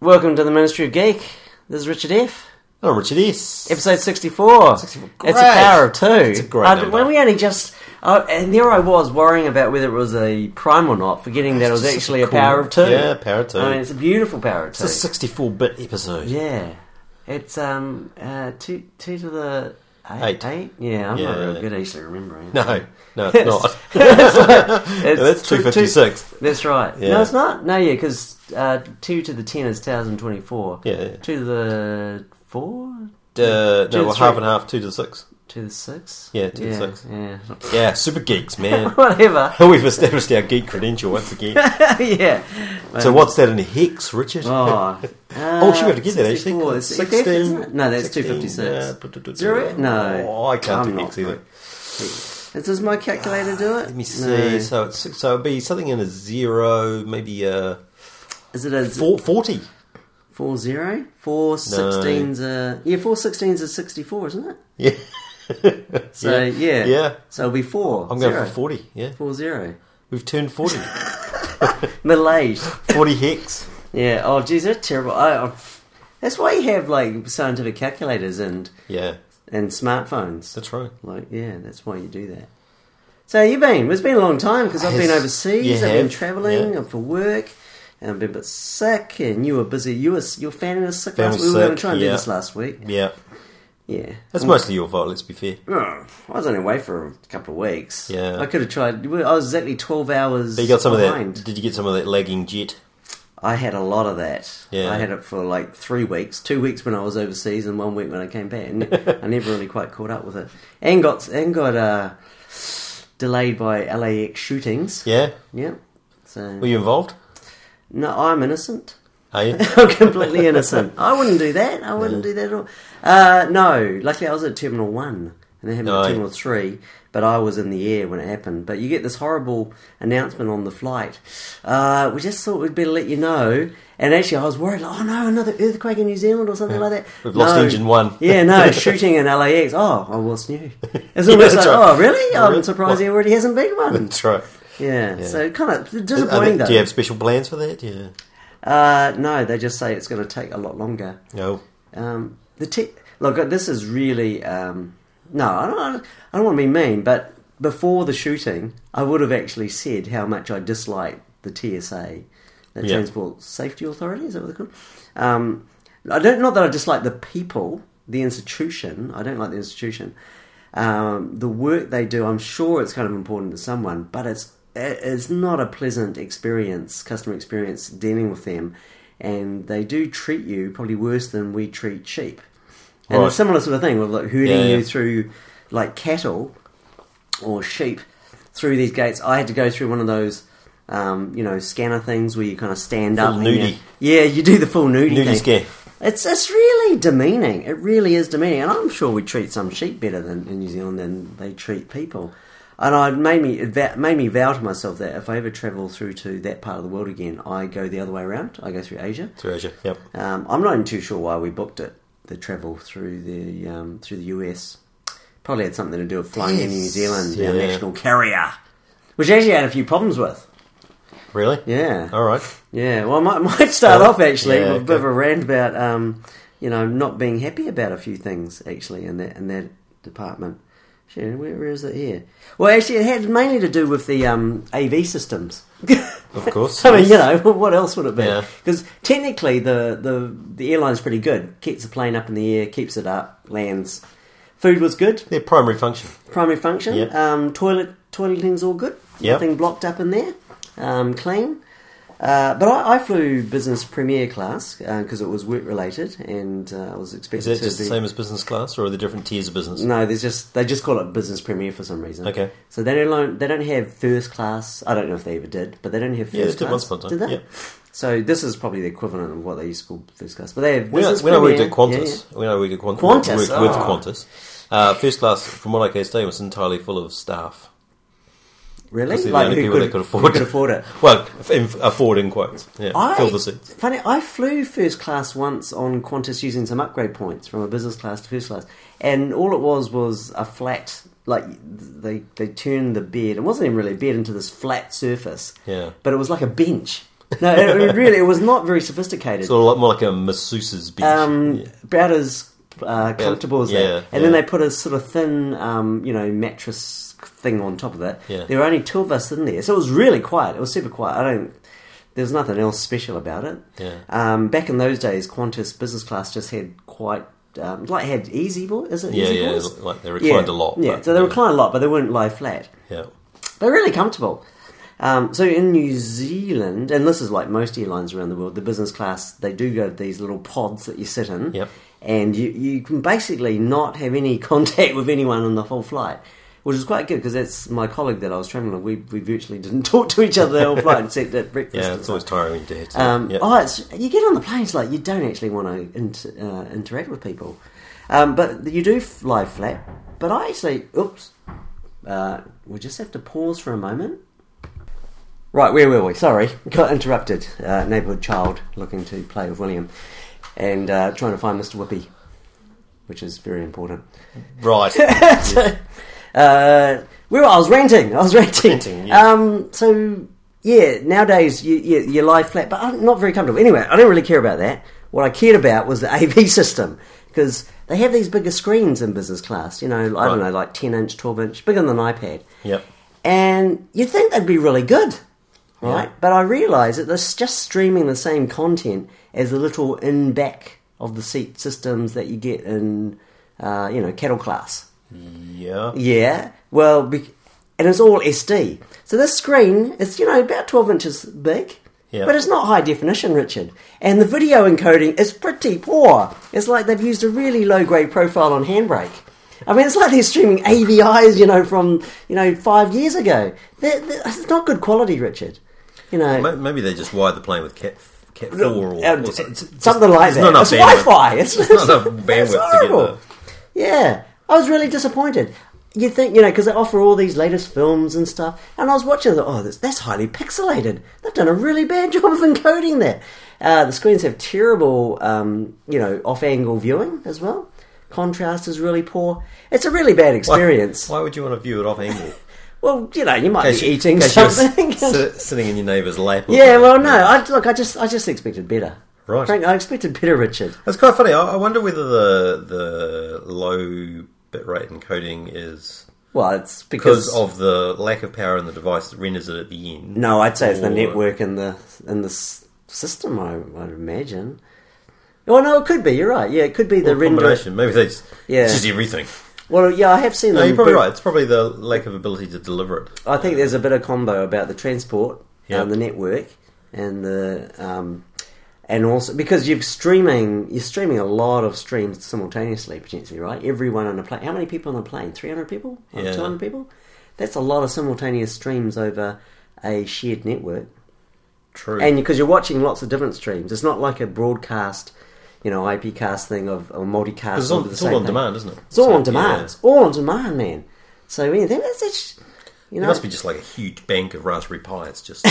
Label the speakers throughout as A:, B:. A: Welcome to the Ministry of Geek. This is Richard F.
B: Oh, Richard S.
A: Episode 64.
B: 64.
A: It's a
B: Great.
A: power of two.
B: It's a great
A: I-
B: number.
A: When we only just. Uh, and there I was worrying about whether it was a prime or not, forgetting that it was
B: It's just
A: actually a,
B: such a cool-
A: power of two.
B: Yeah, power of two.
A: I mean, it's a beautiful power of two.
B: It's a 64 bit episode.
A: yeah. It's um uh, two, two to the eight.
B: Eight.
A: eight? Yeah, I'm not
B: Yeah.
A: real good at actually remembering.
B: No, no, it's not.
A: It's
B: That's
A: two- two-
B: 256.
A: That's right. No,
B: Yeah.
A: it's not. No, yeah, because uh, 2 to the 10 is 1024.
B: Yeah, yeah.
A: 2 to the 4?
B: Uh,
A: Two
B: no,
A: to
B: well,
A: three.
B: half and half, two to six.
A: 2 to the 6?
B: Yeah, two to six.
A: Yeah.
B: Yeah, super geeks, man.
A: Whatever.
B: We've established our geek credential once again.
A: yeah.
B: so what's that in hex, Richard?
A: Oh,
B: Oh, she would have to get that actually.
A: 64, that's FF, isn't it? No, that's 256.
B: Yeah.
A: Zero? No.
B: Oh, I can't
A: I'm
B: do
A: not
B: hex either.
A: Is Does my calculator do it?
B: Let me see.
A: No.
B: So it's six, so it'd be something in a zero, maybe a
A: Is it a four,
B: four, 40.
A: four zero? Four sixteens are yeah. Four sixteens is sixty four, isn't it?
B: Yeah.
A: So yeah,
B: yeah. Yeah.
A: So it'll be four.
B: I'm going
A: zero.
B: for 40. Yeah,
A: Four zero.
B: we've turned 40.
A: Middle aged.
B: 40 hex.
A: yeah. Oh, geez, that's terrible. I, I, that's why you have like scientific calculators and
B: Yeah,
A: and smartphones.
B: that's right.
A: Like, yeah, that's why you do that. So how you been? It's been a long time because I've been
B: Yes. You
A: overseas. I've been
B: have,
A: travelling
B: yeah.
A: for work, and I've been a bit sick. And you were busy. You were, your family was sick.
B: Family
A: Last, we were going to
B: sick,
A: try and do
B: yeah.
A: this last week.
B: Yeah,
A: Yeah,
B: that's mostly your fault. Let's be fair.
A: Oh, I was only away for a couple of weeks.
B: Yeah.
A: I could have tried. I was exactly twelve hours.
B: But you got some
A: behind.
B: of that. Did you get some of that lagging jet?
A: I had a lot of that.
B: Yeah.
A: I had it for like three weeks, two weeks when I was overseas, and one week when I came back. And I never really quite caught up with it, and got and got uh, delayed by LAX shootings.
B: Yeah,
A: Yeah. So
B: were you involved?
A: no, I'm innocent.
B: Are you?
A: I'm completely innocent. I wouldn't do that. I wouldn't do that at all. Uh, no, luckily I was at Terminal One, and they had me at
B: Aye.
A: Terminal Three, but I was in the air when it happened. But you get this horrible announcement on the flight. Uh, we just thought we'd better let you know. And actually, I was worried. Like, oh no, another earthquake in New Zealand or something like that.
B: We've lost
A: No.
B: engine one.
A: yeah, no, shooting in LAX. Oh, I was new. It's almost like,
B: that's right.
A: oh really?
B: Oh,
A: I'm
B: really?
A: surprised
B: What?
A: there already hasn't been one.
B: That's right.
A: Yeah, so kind of
B: Are
A: disappointing
B: they-
A: though.
B: Uh, do you have special plans for that? Yeah.
A: Uh, no, they just say it's going to take a lot longer.
B: No.
A: Um, the te- look, this is really um, no. I don't, I don't want to be mean, but before the shooting, I would have actually said how much I dislike the TSA, the
B: Yeah.
A: Transport Safety Authority. Is that what they're called? Um, I don't. Not that I dislike the people, the institution. I don't like the institution. Um, the work they do, I'm sure it's kind of important to someone, but it's it's not a pleasant experience, customer experience dealing with them, and they do treat you probably worse than we treat sheep. And
B: Right.
A: it's similar sort of thing with like herding
B: Yeah, yeah.
A: you through like cattle or sheep through these gates. I had to go through one of those, um, you know, scanner things where you kind of stand up. and you-
B: nudie.
A: yeah, you do the full nudie.
B: Nudie
A: thing.
B: scare.
A: It's it's really demeaning. It really is demeaning, and I'm sure we treat some sheep better than in New Zealand than they treat people. And I it made me it va- made me vow to myself that if I ever travel through to that part of the world again, I go the other way around. I go through Asia.
B: Treasure. Yep.
A: Um, I'm not even too sure why we booked it. The travel through the um, through the US probably had something to do with flying in New
B: Yes.
A: Zealand, our
B: Yeah.
A: national carrier, which actually I had a few problems with.
B: Really?
A: Yeah,
B: All right.
A: yeah. Well, I might, might start
B: Oh,
A: off actually
B: yeah,
A: with a bit of
B: okay.
A: a rant about um, you know not being happy about a few things actually in that in that department. Shit, where, where is it here? Well, actually, it had mainly to do with the um, AV systems.
B: Of course.
A: I mean, you know, what else would it be?
B: Yeah.
A: Because technically, the, the the airline's pretty good. Keeps the plane up in the air, keeps it up, lands. Food was good,
B: Their primary function.
A: primary function.
B: Yeah.
A: Um, toilet toileting's all good.
B: Yeah.
A: Nothing blocked up in there. Um, clean. Uh, but I, I flew business premier class because it was work related, and uh, I was
B: Is
A: expected
B: that just
A: to
B: the
A: be.
B: same as business class, or are there different tiers of business?
A: No, there's just they just call it business premier for some reason.
B: Okay.
A: So they don't they don't have first class. I don't know if they ever did, but they don't have first
B: Yeah, they did
A: class.
B: once upon a time,
A: they?
B: yeah.
A: So this is probably the equivalent of what they used to call first class. But they have
B: When, I,
A: business
B: when I worked at
A: premier- yeah,
B: Qantas, when I worked at Qantas,
A: Qantas,
B: worked
A: oh.
B: with Qantas, uh, first class, from what I can understand, was entirely full of staff.
A: yeah. really,
B: Because they're
A: Like,
B: the only
A: who
B: people that could afford
A: who could
B: it.
A: afford it.
B: Well, f- in, afford in quotes. Yeah,
A: I,
B: fill the seats.
A: Funny, I flew first class once on Qantas using some upgrade points from a business class to first class, and all it was was a flat. Like they they turned the bed. It wasn't even really a bed into this flat surface.
B: Yeah.
A: But it was like a bench. No, it, it really, it was not very sophisticated.
B: Sort of like, more like a masseuse's beach.
A: um,
B: Yeah.
A: about as uh, comfortable as
B: yeah,
A: that. And then
B: yeah.
A: they put a sort of thin, um, you know, mattress thing on top of that.
B: Yeah.
A: There were only two of us in there, so it was really quiet. It was super quiet. I don't. There's nothing else special about it.
B: Yeah.
A: Um, back in those days, Qantas business class just had quite. Um, like had easy boy, is it?
B: Yeah,
A: easy
B: yeah,
A: boys?
B: like they reclined a lot,
A: Yeah,
B: but-
A: so they
B: yeah.
A: reclined a lot, but they wouldn't lie flat.
B: Yeah.
A: They're really comfortable. Um, so in New Zealand, and this is like most airlines around the world, the business class they do go to these little pods that you sit in,
B: Yep.
A: and you you can basically not have any contact with anyone on the whole flight, which is quite good because that's my colleague that I was traveling with. We we virtually didn't talk to each other the whole flight except at breakfast.
B: Yeah,
A: and
B: it's
A: stuff.
B: always tiring to have to.
A: Um,
B: yeah.
A: Oh, it's, you get on the planes like you don't actually want to inter, uh, interact with people, um, but you do fly flat. But I actually, oops, uh, we just have to pause for a moment. Right, where were we? Sorry, got interrupted. Uh, neighbourhood child looking to play with William, and uh, trying to find Mister Whippy, which is very important.
B: Right.
A: Uh, where I was ranting. I was ranting.
B: Ranting, yeah.
A: Um, so yeah, nowadays you, you you lie flat, but I'm not very comfortable. Anyway, I don't really care about that. What I cared about was the AV system because they have these bigger screens in business class. You know, I don't
B: Right.
A: know, like ten inch, twelve inch, bigger than an iPad.
B: yep.
A: And you'd think they'd be really good, right?
B: Yeah.
A: But I realise that they're just streaming the same content as the little in back of the seat systems that you get in, uh, you know, kettle class.
B: Yeah.
A: Yeah. Well, be- and it's all SD. So this screen is, you know, about 12 inches big.
B: Yeah.
A: But it's not high definition, Richard. And the video encoding is pretty poor. It's like they've used a really low grade profile on Handbrake. I mean, it's like they're streaming AVIs, you know, from, you know, five years ago. They're, they're- it's not good quality, Richard. You know,
B: Ma- Maybe they just wired the plane with cat cat four or, or
A: uh,
B: something.
A: something like
B: there's
A: that.
B: not
A: it's
B: enough bandwidth.
A: Wi-Fi. It's,
B: There's not enough bandwidth
A: it's
B: to get
A: horrible.
B: the-
A: Yeah, I was really disappointed. You think you know because they offer all these latest films and stuff, and I was watching. the- Oh, that's, that's highly pixelated. They've done a really bad job of encoding that. Uh, the screens have terrible, um, you know, off-angle viewing as well. Contrast is really poor. It's a really bad experience.
B: Why, why would you want to view it off angle?
A: Well, you know, you might
B: As
A: be
B: you-
A: eating
B: as you're
A: something.
B: sit- sitting in your neighbour's lap. or
A: yeah,
B: something.
A: well, no. I, look, I just, I just expected better.
B: Right.
A: Frank, I expected better, Richard.
B: It's quite funny. I, I wonder whether the the low bitrate encoding is
A: Well, it's because
B: because of the lack of power in the device that renders it at the end.
A: no, I'd say it's the
B: Or-
A: network and the and the s- system. I would imagine. Oh no, it could be. You're right. Yeah, it could be the render.
B: combination. Maybe they just
A: Yeah.
B: it's just everything.
A: Well, yeah, I have seen
B: No,
A: them.
B: you're probably
A: but
B: right. It's probably the lack of ability to deliver it.
A: I think there's a bit of combo about the transport
B: Yeah.
A: and the network and the um, and also because you're streaming, you're streaming a lot of streams simultaneously potentially, right? Everyone on a plane. How many people on a plane? Three hundred people?
B: Yeah.
A: Two hundred people? That's a lot of simultaneous streams over a shared network.
B: True.
A: and because you're watching lots of different streams, it's not like a broadcast, you know, IP cast thing of or multicast.
B: it's, on,
A: of the
B: it's
A: same
B: all on
A: thing.
B: demand, isn't it?
A: It's all on demand. It's all on demand, man. So yeah, that- that's just, you
B: It
A: know,
B: must be just like a huge bank of Raspberry Pi. It's just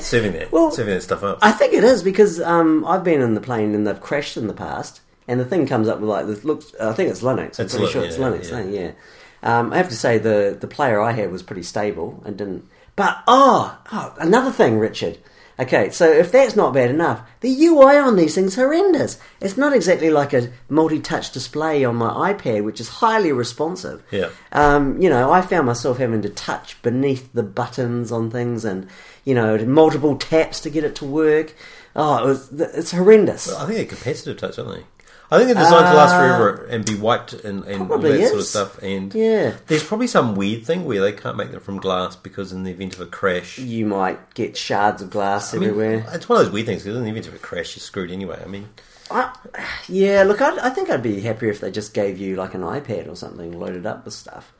B: serving that,
A: Well,
B: serving that stuff up.
A: I think it is because um, I've been in the plane and they've crashed in the past, and the thing comes up with like this. Looks, I think it's Linux. I'm
B: It's
A: pretty
B: Lin-
A: sure it's
B: yeah,
A: Linux.
B: yeah.
A: eh? Yeah. Um, I have to say the the player I had was pretty stable and didn't. But oh, oh, another thing, Richard. Okay, so if that's not bad enough, the UI on these things horrendous. It's not exactly like a multi-touch display on my iPad, which is highly responsive.
B: Yeah.
A: Um, you know, I found myself having to touch beneath the buttons on things, and you know, multiple taps to get it to work. Oh, it was, it's horrendous.
B: I think they're competitive touch, aren't they? I think they're designed to last forever and be wiped and, and all
A: Uh, probably
B: that sort of
A: is.
B: stuff. And
A: Yeah.
B: there's probably some weird thing where they can't make them from glass because in the event of a crash,
A: You might get shards of glass
B: I mean,
A: everywhere.
B: it's one of those weird things because in the event of a crash, you're screwed anyway. I mean,
A: I, yeah, look, I'd, I think I'd be happier if they just gave you like an iPad or something loaded up with stuff.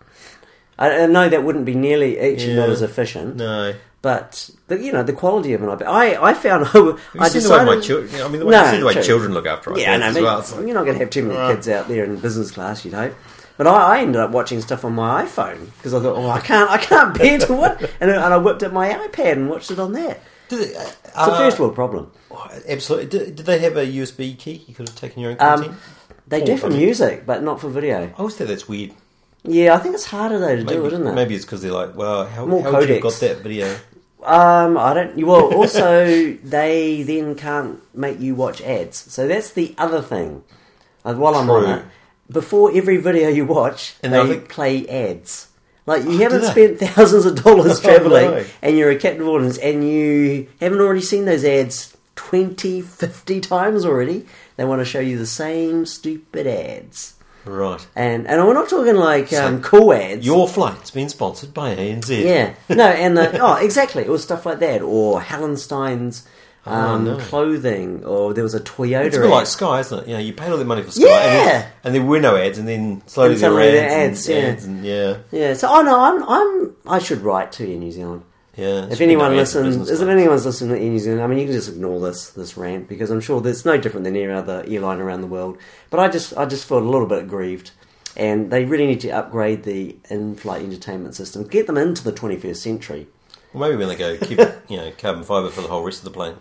A: I, I know that wouldn't be nearly actually not
B: Yeah.
A: as efficient,
B: no.
A: but the, you know the quality of an iPad. I I found I,
B: Have you seen the way my children? I mean, the way,
A: No,
B: you see the way
A: true.
B: children look after iPads
A: Yeah, I know.
B: as
A: mate,
B: well. It's like,
A: you're not going to have too many kids out there in business class, you'd hope. But I, I ended up watching stuff on my iPhone because I thought, oh, I can't, I can't bear to watch, and, I- and I whipped up my iPad and watched it on there. It's
B: did they- uh,
A: a first world problem.
B: uh, absolutely. Did, did they have a USB key? You could have taken your own content.
A: Um, they
B: oh,
A: do for
B: I mean-
A: music, but not for video.
B: I always think that's weird.
A: Yeah, I think it's harder though to
B: Maybe,
A: do it, isn't it?
B: maybe it's because they're like, well, how,
A: More
B: how would you
A: codecs.
B: have got that video?
A: Um, I don't. Well, also they then can't make you watch ads. So that's the other thing. Uh, while I'm
B: True.
A: on it, before every video you watch,
B: And
A: they
B: I think- Oh,
A: play ads. Like you haven't
B: do they?
A: spent thousands of dollars
B: Oh, no.
A: traveling, and you're a captive audience, and you haven't already seen those ads 20, 50 times already. They want to show you the same stupid ads,
B: Right.
A: and and we're not talking like um,
B: Same.
A: cool ads.
B: Your flight's been sponsored by ANZ.
A: Yeah. No, and the, oh, exactly. It was stuff like that, or Hallenstein's um,
B: no.
A: clothing, or there was a Toyota.
B: Oh, It's a bit like
A: ad.
B: Sky, isn't it? You know, you paid all that money for Sky, and,
A: Yeah.
B: then, and there were no ads, and then slowly
A: And
B: there were
A: suddenly there are ads,
B: ads,
A: yeah.
B: and, yeah. and
A: yeah. So, oh no, I'm, I'm, I should write to Air New Zealand.
B: yeah, yeah.
A: If anyone listens, if anyone's listening to Air New Zealand, I mean, you can just ignore this this rant because I'm sure it's no different than any other airline around the world. But I just, I just feel a little bit grieved, and they really need to upgrade the in-flight entertainment system, get them into the 21st century.
B: Well, maybe when they go, keep you know carbon fibre for the whole rest of the plane.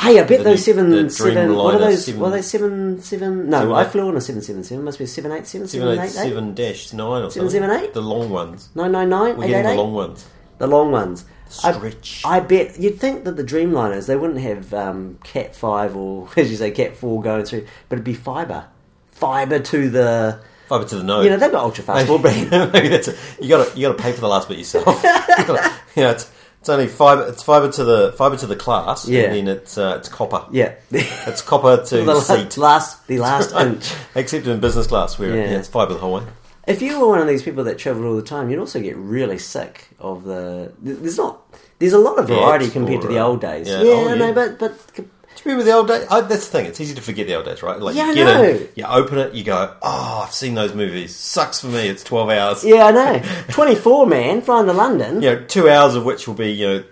A: Hey, Ah, I bet those
B: The new-
A: seven,
B: the Dreamliner
A: seven. What are those?
B: seven-
A: were they seven, seven? No,
B: Seven
A: I
B: eight.
A: flew on a seven, seven, seven. Must be a seven, eight, seven,
B: Seven
A: seven,
B: eight
A: eight, eight,
B: seven dash nine or
A: Seven,
B: something.
A: seven, eight?
B: The long ones.
A: nine, nine, nine,
B: We're
A: eight,
B: getting
A: eight,
B: the
A: eight.
B: long ones.
A: The long ones.
B: Stretch.
A: I, I bet you'd think that the Dreamliners they wouldn't have um, Cat five or as you say Cat four going through, but it'd be fibre, fibre to the.
B: Fibre to the nose.
A: You know they've got ultra fast broadband.
B: Maybe that's it. You got to you got to pay for the last bit yourself. You gotta- yeah, it's, it's only fibre. It's fibre to the fibre to the class.
A: Yeah.
B: and then it's uh, it's copper.
A: Yeah, the
B: it's copper to the
A: la-
B: seat.
A: last the last inch.
B: Except in business class, where
A: Yeah.
B: yeah, it's fibre the whole way.
A: If you were one of these people that travelled all the time, you'd also get really sick of the. There's not. There's a lot of
B: Yeah,
A: variety
B: it's
A: compared to
B: all
A: the
B: right.
A: old days. Yeah,
B: Yeah, oh,
A: I know,
B: yeah.
A: but but
B: Do you remember the old days? I, that's the thing. It's easy to forget the old days, right? Like
A: Yeah, I
B: you get
A: know.
B: in, you open it, you go, "Oh, I've seen those movies. Sucks for me. It's twelve hours.
A: yeah, I know. Twenty four man flying to London.
B: You know, two hours of which will be you know,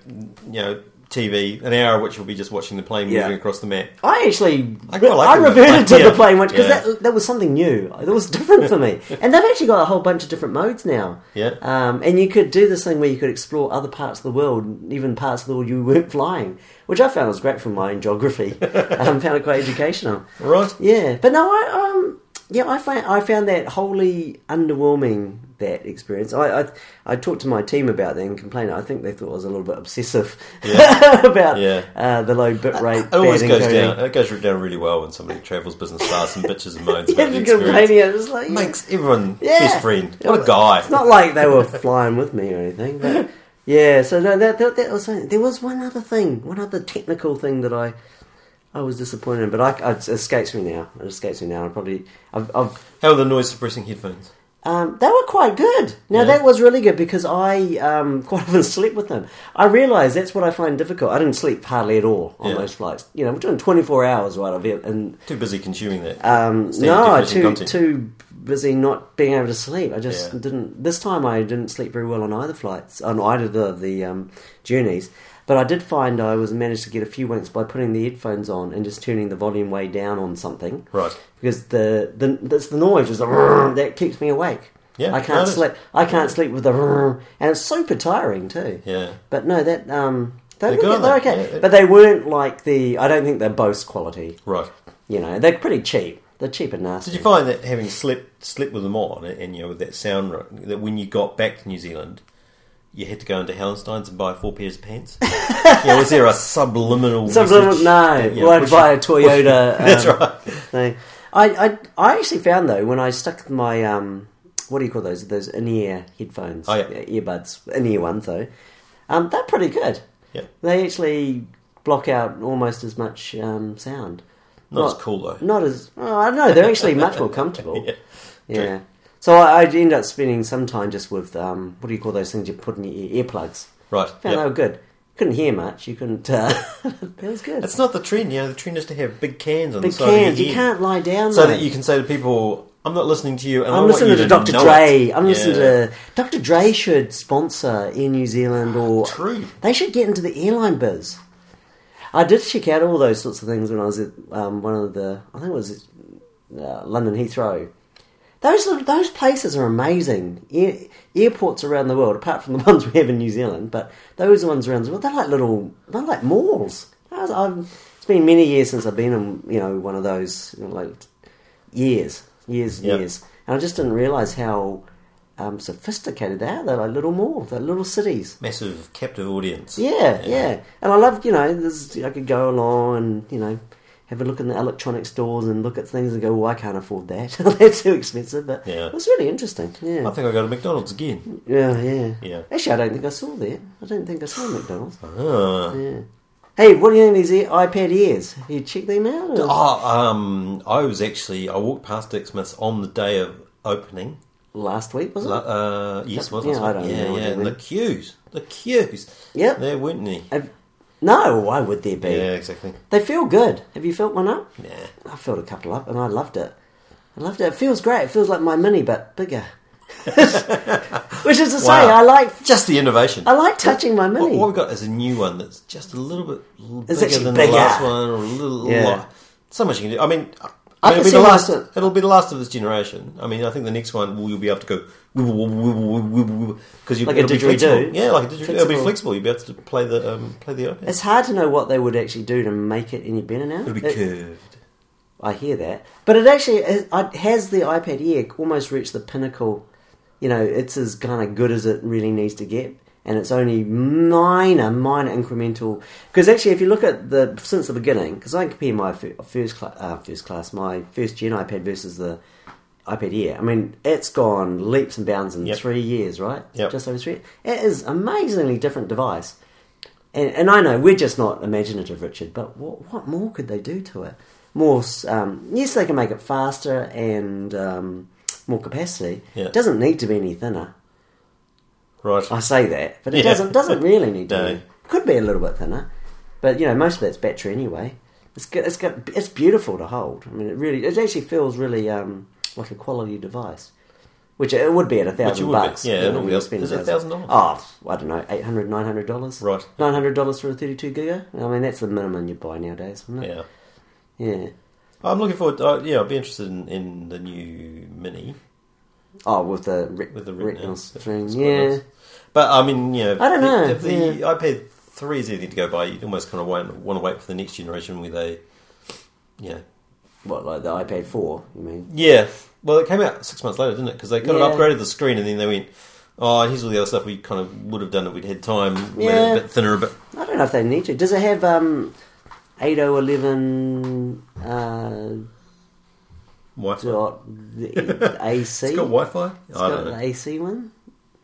B: you know, TV. An hour of which will be just watching the plane
A: Yeah.
B: moving across the map.
A: I actually, I,
B: I quite like them,
A: reverted
B: but-
A: to
B: yeah.
A: the plane one because
B: Yeah.
A: that, that was something new. That was different for me. And they've actually got a whole bunch of different modes now.
B: Yeah.
A: Um, and you could do this thing where you could explore other parts of the world, even parts of the world you weren't flying, which I found was great for my own geography. um, found it quite educational.
B: Right?
A: Yeah, but no, I um, yeah, I found I found that wholly underwhelming that experience. I I, I talked to my team about that and complained. I think they thought I was a little bit obsessive about
B: Yeah.
A: uh, the low bit rate.
B: It always
A: bad
B: goes
A: encoding.
B: down. It goes down really well when somebody travels business class and bitches and moans
A: Yeah,
B: about the
A: you're complaining.
B: experience.
A: It's like yeah.
B: Makes everyone
A: Yeah.
B: best friend. What a guy!
A: It's not like they were flying with me or anything. But yeah, so no, that, that, that was something. There was one other thing, one other technical thing that I I was disappointed in, but I, it escapes me now. It escapes me now. I probably I've, I've
B: How are the noise suppressing headphones?
A: Um, they were quite good. Now
B: Yeah.
A: that was really good because I um, quite often sleep with them. I realise that's what I find difficult. I didn't sleep hardly at all on
B: Yeah.
A: those flights. You know, we're doing twenty four hours right of it, and
B: Too busy consuming that.
A: um,
B: Standard
A: no,
B: definition
A: too
B: content.
A: too busy not being able to sleep. I just
B: Yeah.
A: didn't. This time I didn't sleep very well on either flights, on either the the um, journeys. But I did find I was managed to get a few winks by putting the headphones on and just turning the volume way down on something.
B: Right.
A: Because the the that's the noise is the that keeps me awake.
B: Yeah,
A: I can't
B: that is-
A: sleep. I can't sleep with the and it's super tiring too.
B: Yeah.
A: But no, that um. They
B: They're
A: were
B: good,
A: good, they're
B: aren't they?
A: okay,
B: Yeah, they-
A: but they weren't like the. I don't think they're Bose quality.
B: right.
A: You know, they're pretty cheap. They're cheap and nasty.
B: Did you find that having slept slept with them on and, you know with that sound ro- that when you got back to New Zealand, you had to go into Hallenstein's and buy four pairs of pants? yeah, was there a subliminal?
A: Subliminal,
B: message?
A: no.
B: Yeah,
A: well, I'd
B: push-
A: buy a Toyota.
B: That's
A: um,
B: right.
A: thing. I, I, I actually found though when I stuck my um, what do you call those? Those in-ear headphones, uh,
B: Oh, yeah.
A: earbuds, in-ear ones though. Um, they're pretty good.
B: Yeah.
A: They actually block out almost as much um, sound.
B: Not as cool, though.
A: Not as oh, I don't know. They're actually much more comfortable.
B: Yeah.
A: Yeah. So I, I end up spending some time just with um, what do you call those things you put in your ear earplugs?
B: Right.
A: Found
B: yeah.
A: they were good. Couldn't hear much. You couldn't. Uh, it was good.
B: That's not the trend. You know, the trend is to have big cans on
A: Big
B: the side of your
A: cans. You
B: head.
A: can't lie down.
B: so
A: though.
B: that you can say to people, "I'm not listening to you." And
A: I'm
B: I
A: listening
B: want
A: to
B: you
A: Dr.
B: know
A: Dre.
B: it."
A: I'm listening
B: Yeah. Ah,
A: to Dr. Dre should sponsor Air New Zealand or
B: True.
A: They should get into the airline biz. I did check out all those sorts of things when I was at um, one of the I think it was uh, London Heathrow. Those are- those places are amazing. Air, airports around the world, apart from the ones we have in New Zealand, but those ones around the world, they're like little, they're like malls. I was, I've, it's been many years since I've been in you know one of those you know, like years, years,
B: Yeah.
A: years, and I just didn't realize how um, sophisticated out that like little mall, that little cities.
B: Massive captive audience.
A: Yeah, yeah, And I love, you know, there's, I could go along and, you know, have a look in the electronic stores and look at things and go, well, I can't afford that. That's too expensive. But
B: Yeah.
A: it was really interesting. Yeah.
B: I think I go to McDonald's again.
A: yeah, yeah.
B: Yeah.
A: Actually, I don't think I saw that. I don't think I saw McDonald's.
B: Ah.
A: Yeah. Hey, what do you think of these ear- iPad ears? Have you checked them out? or-
B: Oh, um, I was actually I walked past Dick Smith's on the day of opening.
A: Last week, was it?
B: Uh, yes, was
A: Yeah,
B: it?
A: I don't
B: yeah,
A: know what
B: yeah.
A: it
B: and the
A: meant.
B: queues, the queues.
A: Yep.
B: there weren't any.
A: Have- no, why would there be?
B: Yeah, exactly.
A: They feel good. Have you felt one up?
B: Nah,
A: I filled a couple up and I loved it. I loved it. It feels great. It feels like my mini but bigger. Which is to say,
B: Wow.
A: I like
B: just the innovation.
A: I like touching my
B: What,
A: mini.
B: what we got is a new one that's just a little bit l-
A: It's
B: bigger
A: actually
B: than
A: bigger.
B: the last one, or a little
A: Yeah.
B: lot. So much you can do. I mean,
A: I
B: it'll
A: can
B: be
A: see
B: the last.
A: myself-
B: It'll be the last of this generation. I mean, I think the next one will you'll be able to go because you
A: Like a
B: it'll be
A: didgeridoo.
B: flexible. Yeah, like a didgeridoo. It'll be
A: Flexible.
B: flexible. You'll be able to play the um, play the iPad.
A: it's hard to know what they would actually do to make it any better now.
B: It'll be
A: It-
B: curved.
A: I hear that, but it actually it it has the iPad Air almost reached the pinnacle. You know, it's as kind of good as it really needs to get, and it's only minor, minor incremental. Because actually, if you look at the since the beginning, because I compare my fir- first cla- uh, first class, my first gen iPad versus the iPad Air. I mean, it's gone leaps and bounds in
B: Yep.
A: three years, right?
B: Yep.
A: Just over three. It is amazingly different device. And, and I know we're just not imaginative, Richard, but what, what more could they do to it? More, um, yes, they can make it faster and um, more capacity.
B: Yeah.
A: It doesn't need to be any thinner.
B: Right.
A: I say that, but it
B: Yeah.
A: doesn't doesn't really need to.
B: No.
A: be. Could be a little bit thinner, but you know, most of that's battery anyway. It's good, it's got, it's beautiful to hold. I mean, it really it actually feels really um, like a quality device, which it would be at a
B: it
A: thousand
B: would be.
A: bucks.
B: Yeah,
A: you know,
B: it'll
A: when
B: be
A: you
B: up-
A: spend
B: is it $1,000?
A: Oh, I don't know, 800 dollars.
B: Right.
A: nine hundred dollars for a thirty-two giga. I mean, that's the minimum you buy nowadays, isn't it?
B: yeah.
A: Yeah.
B: I'm looking forward. To, uh, yeah, I'll be interested in, in the new mini
A: Oh, with the ret-
B: with the
A: retinal
B: retina.
A: screen.
B: It's quite
A: Yeah.
B: nice. But I mean, you know,
A: I don't
B: if-
A: know,
B: If the iPad three is anything to go by, you almost kind of want, want to wait for the next generation where they, you know,
A: What like the iPad Four? You mean?
B: yeah. Well, it came out six months later, didn't it? Because they kind
A: Yeah.
B: of upgraded the screen, and then they went, "Oh, here's all the other stuff we kind of would have done if we'd had time. Made
A: Yeah.
B: it a bit thinner, a bit
A: I don't know if they need to. Does it have um, 8011 uh,
B: Wi-Fi.
A: dot the AC?
B: It's got Wi-Fi.
A: It's got
B: I don't know.
A: the AC one?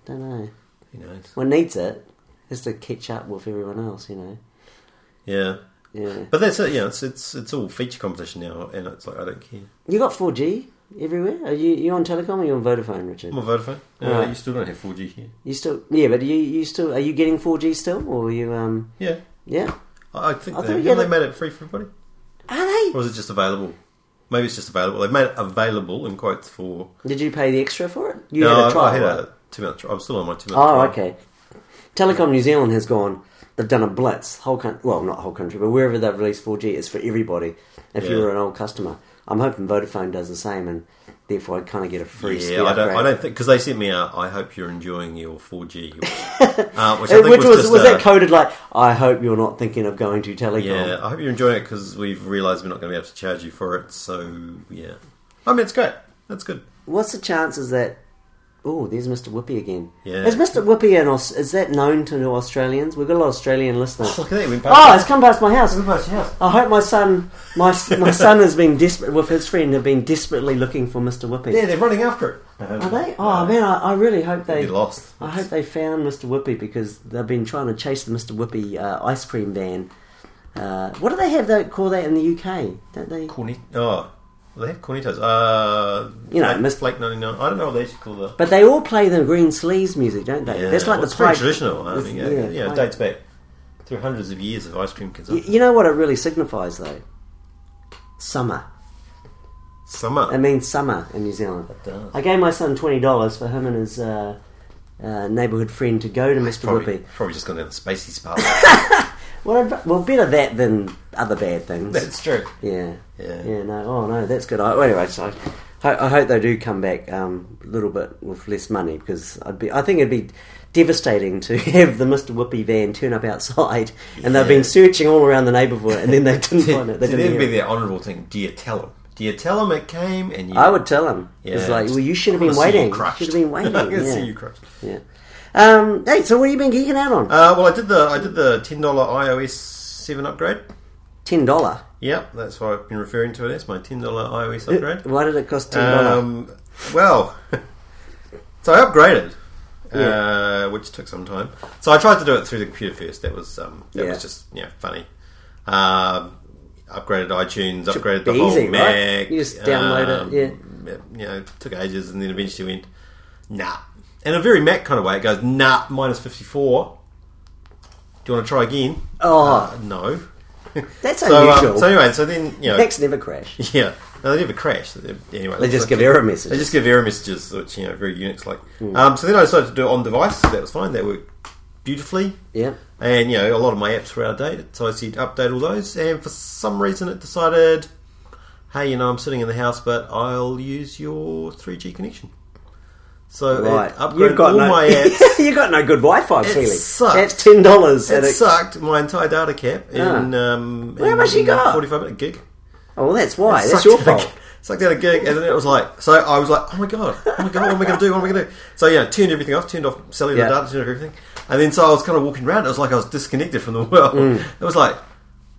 A: Don't know.
B: Who knows?
A: One needs it just to catch up with everyone else, you know.
B: Yeah.
A: Yeah.
B: But that's it. Yeah, it's it's it's all feature competition now, and it's like I don't care.
A: You got 4G everywhere? Are you you on Telecom or you on Vodafone, Richard?
B: I'm a Vodafone. Uh,
A: Right.
B: You still don't have 4G here.
A: You still Yeah, but you you still are you getting 4G still or are you um
B: Yeah,
A: yeah?
B: I I think
A: I
B: they,
A: thought you
B: haven't
A: had
B: they made it free for everybody,
A: Are
B: or is it just available? Maybe it's just available. They've made it available in quotes for.
A: they? Did you pay the extra for it? You
B: no,
A: had
B: I-
A: a trial.
B: I had
A: right?
B: a two minute. Trial. I'm still on my two minute.
A: Oh,
B: trial.
A: okay. Telecom New Zealand has gone. They've done a blitz. Whole country, well, not whole country, but wherever they've released 4G, it's for everybody. If
B: Yeah.
A: you're an old customer, I'm hoping Vodafone does the same, and therefore I kind of get a free. speed
B: Yeah, I don't.
A: upgrade.
B: I don't think because they sent me out. I hope you're enjoying your 4G, uh, which I
A: Uh,
B: think
A: Which
B: was,
A: was
B: just
A: was
B: a-
A: that coded like? I hope you're not thinking of going to Telecom.
B: Yeah, I hope you're enjoying it because we've realised we're not going to be able to charge you for it. So yeah, I mean it's great. That's good.
A: What's the chances that? Oh, there's Mr. Whoopi again.
B: Yeah.
A: Is Mr. Whoopi an Aus- is that known to Australians? We've got a lot of Australian listeners.
B: Look at that. We went
A: oh,
B: past.
A: it's come past my house.
B: past your house.
A: I hope my son, my my son has been desperate with his friend have been desperately looking for Mr. Whippy.
B: Yeah, they're running after it. Um,
A: Are they? Oh man, I, I really hope they.
B: They lost.
A: I hope they found Mr. Whippy because they've been trying to chase the Mr. Whippy uh, ice cream van. Uh, what do they have? They call that in the UK, don't they?
B: Cornet. Oh, well, they have cornetos. Uh,
A: You know,
B: Flake-
A: Miss-
B: Flake ninety nine. I don't know what they should call the.
A: But they all play the Green Sleeves music, don't they? That's like
B: well,
A: the
B: it's very
A: pipe-
B: traditional. I mean, yeah, yeah,
A: pipe-
B: it dates back through hundreds of years of ice cream
A: Y-
B: consumption.
A: You know what it really signifies, though. Summer.
B: Summer.
A: It means summer in New Zealand.
B: does.
A: I gave my son twenty dollars for him and his uh, uh, neighbourhood friend to go to Mr.
B: probably,
A: Whoopi.
B: probably just gone down the spacey spark.
A: Well, I'd- well, better that than other bad things.
B: That's true.
A: yeah.
B: Yeah.
A: Yeah. No. Oh no, that's good. I, well, anyway, so I, I hope they do come back um, a little bit with less money because I'd be. I think it'd be devastating to have the Mr. Whoopi van turn up outside and they've
B: Yeah.
A: been searching all around the neighbourhood and then they didn't
B: Did,
A: find it. They
B: did
A: didn't
B: that
A: hear
B: be
A: it.
B: the honourable thing? Do you tell them? Do you tell them it came? And you,
A: I would tell him. it's
B: Yeah.
A: like, well, you should have
B: I'm
A: been
B: gonna see you
A: waiting.
B: crushed.
A: Should have been
B: I'm
A: waiting.
B: gonna
A: yeah.
B: see you crushed.
A: Yeah. Um, hey, so what have you been geeking out on?
B: Uh, well, I did the I did the ten dollar iOS seven upgrade.
A: Ten dollar.
B: Yep, that's why I've been referring to it as my ten dollar iOS upgrade.
A: Why did it cost ten dollar?
B: Um, well, so I upgraded, uh, which took some time. So I tried to do it through the computer first. That was um, that
A: Yeah.
B: was just yeah funny. Um, upgraded iTunes, upgraded the
A: be
B: whole
A: easy, right?
B: Mac.
A: You just download it,
B: yeah. You know, it took ages, and then eventually went nah. In a very Mac kind of way, it goes nah minus fifty four. Do you want to try again?
A: Oh.
B: Uh, no.
A: That's
B: So,
A: unusual.
B: um, so anyway, so then you know,
A: Next never crash.
B: yeah, no, they never crash. They- Anyway,
A: They just
B: so-
A: give error
B: they
A: messages. Hmm.
B: just give error messages, which you know, very Unix like. Um, so then I decided to do it on device. That was fine. That worked beautifully.
A: Yeah.
B: And you know, a lot of my apps were outdated, so I said update all those. And for some reason, it decided, hey, you know, I'm sitting in the house, but I'll use your 3G connection. So
A: Right.
B: it upgraded
A: You've got
B: all
A: no.
B: my apps.
A: you got no good Wi-Fi. It
B: sucked.
A: That's ten dollars.
B: It sucked my entire data cap in, um,
A: How Ah. much you got?
B: Forty-five minute gig.
A: Oh, well, that's why.
B: It
A: That's
B: sucked
A: your
B: at a
A: fault.
B: gi- Sucked out a gig, and then it was like, so I was like, oh my god, oh my god, what am I going to do? What am I going to do? So yeah, turned everything off, turned off cellular
A: Yeah.
B: data, turned off everything, and then so I was kind of walking around. It was like I was disconnected from the world.
A: Mm.
B: It was like,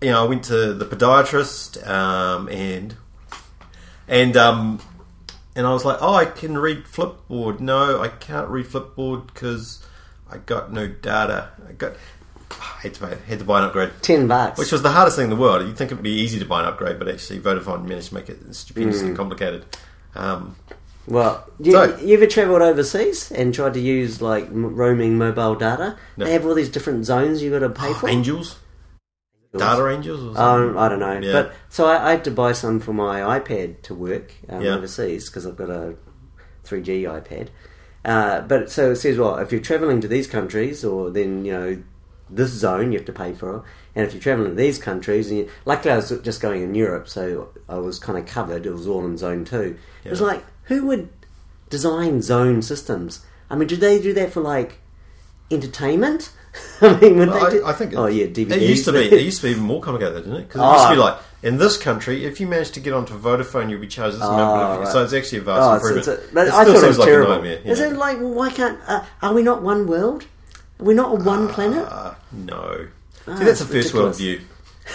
B: you know, I went to the podiatrist, um, and and um, and I was like, oh, I can read Flipboard. No, I can't read Flipboard because I got no data. I got. I had to, buy, had to buy an upgrade.
A: Ten bucks.
B: Which was the hardest thing in the world. You'd think it would be easy to buy an upgrade, but actually Vodafone managed to make it
A: Hmm.
B: stupendously complicated. Um,
A: well, you,
B: So-
A: you ever travelled overseas and tried to use like m- roaming mobile data?
B: No.
A: They have all these different zones you got to pay for.
B: angels? Data angels? Or something?
A: Um, I don't know,
B: Yeah.
A: but so I, I had to buy some for my iPad to work um,
B: Yeah.
A: overseas because I've got a 3G iPad. Uh, but so it says, well, if you're traveling to these countries, or then you know this zone, you have to pay for it. And if you're traveling to these countries, and you, luckily I was just going in Europe, so I was kind of covered. It was all in Zone Two. It was
B: Yeah.
A: like, who would design zone systems? I mean, do they do that for like entertainment? I mean, would
B: Well,
A: they? Do,
B: I, I think
A: oh yeah, DVDs.
B: It used to be. It used to be even more complicated, didn't it? Because it used to be
A: Ah.
B: like in this country, if you managed to get onto Vodafone, you'd be charged this
A: Ah,
B: amount.
A: right.
B: So it's actually a vast
A: Oh, it's,
B: improvement.
A: it's a, but
B: it
A: I
B: still
A: thought it
B: seems
A: was
B: like
A: terrible.
B: a nightmare.
A: Is
B: yeah.
A: it like, well, why can't? Uh, are we not one world? Are we not on one planet?
B: Uh, no.
A: Ah,
B: See, that's a
A: it's
B: first world
A: ridiculous.
B: view.